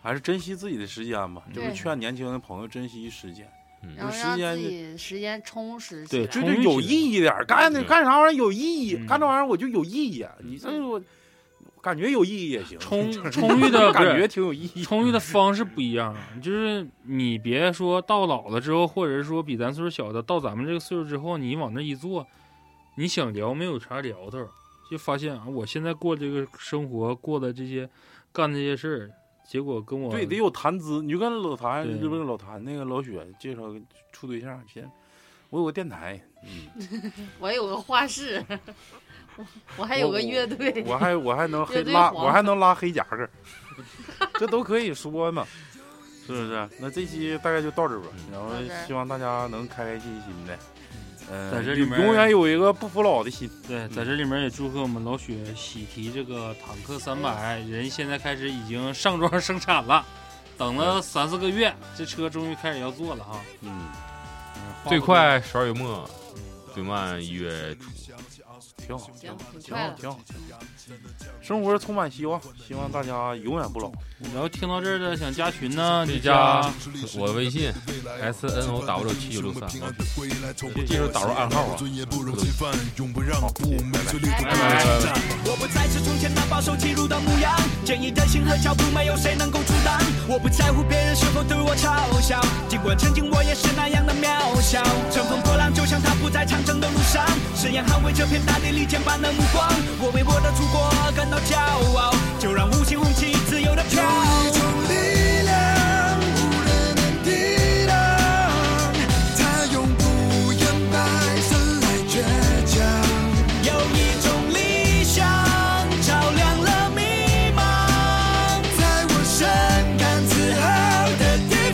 还是珍惜自己的时间吧，就是对劝年轻的朋友珍惜时间。然后嗯时让间自就己时间充实起对来。就充是有意义点儿，干的嗯干啥玩意儿有意义，嗯干这玩意儿我就有意义。嗯你这我感觉有意义也行， 充充裕的感不觉是挺有意义。充裕的方式不一样，啊就是你别说到老了之后，或者是说比咱岁数小的到咱们这个岁数之后，你往那一坐，你想聊没有啥聊头，就发现啊，我现在过这个生活，过的这些干这些事儿，结果跟我对，得有谈资。你就跟老谭，对就跟老谭那个老雪介绍个处对象，先我有个电台，嗯我有个画室， 我我还有个乐队， 我还我还能黑乐队拉，黄我还能拉黑夹克，这都可以说嘛，是不是？那这期大概就到这儿吧，嗯然后到这儿希望大家能开开心心的，嗯，在这里面永远有一个不服老的心。对，在这里面也祝贺我们老雪喜提这个坦克三百，人现在开始已经上装生产了，等了三四个月，这车终于开始要做了哈。嗯，嗯最，快十二月末，话不多嗯最慢一月初。挺好，行，挺挺快好，了。挺好。生活充满希望，希望大家永远不老。然后听到这儿的想加群呢，可以就加加我的微信 S N O W 七九六三，记记住住打打入入暗暗号号啊！啊永不让步，每寸力拜度拜都拜在战拜我不再是从前那保守进入的模样，坚毅的心和脚步没有谁能够阻挡。我不在乎别人是否对我嘲笑，尽管曾经我也是那样的渺小。乘风破浪，就像他不在长征的路上，誓言捍卫这片大地利剑般的目光。我为我的祖国感到骄傲，就让五星红旗自由的飘。一种力量，无人能抵挡，它永不言败，生来倔强。有一种理想，照亮了迷茫。在我深感自豪的地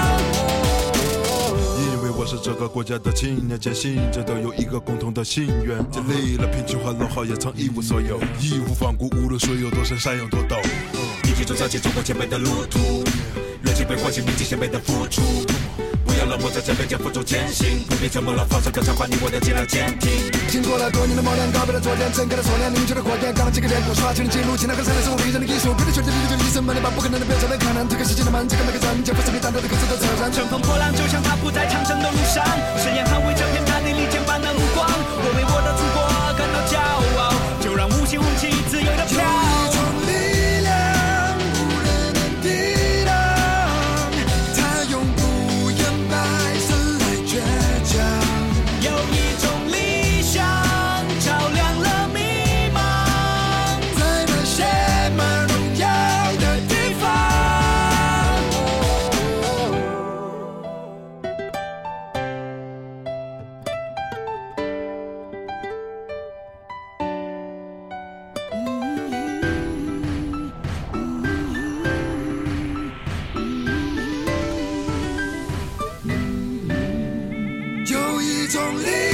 方。因为我是这个国家的青年，坚信这都有一个共同的信愿。经历了贫穷和落后，也曾一无所有，义无反顾，无论水有多深，山有多陡。一起走上去中国前辈的路途，热情被唤醒，铭记先辈的付出。不要冷漠，在前辈肩负重前行，不必沉默了，放手歌唱，把你我的力量坚挺。经过了多年的磨练，告别了昨天，睁开了锁链，凝聚了火焰，刚了几个人，我刷新了记录，前来和上来是我一人的艺术，别的选择，这个一生把你把不可能的变成了可能，这个世界的门，这个每个人，肩负着比战斗的各自的责任。乘风破浪，就像他不在长征的路上，誓言捍卫这片大地利剑般的目光。我为我的祖国感到骄傲，就让五星红旗自由的飘。一种力量，无人能抵挡，它永不言败，生来倔强。有一种理想，照亮了迷茫。在那些满荣耀的地方。种力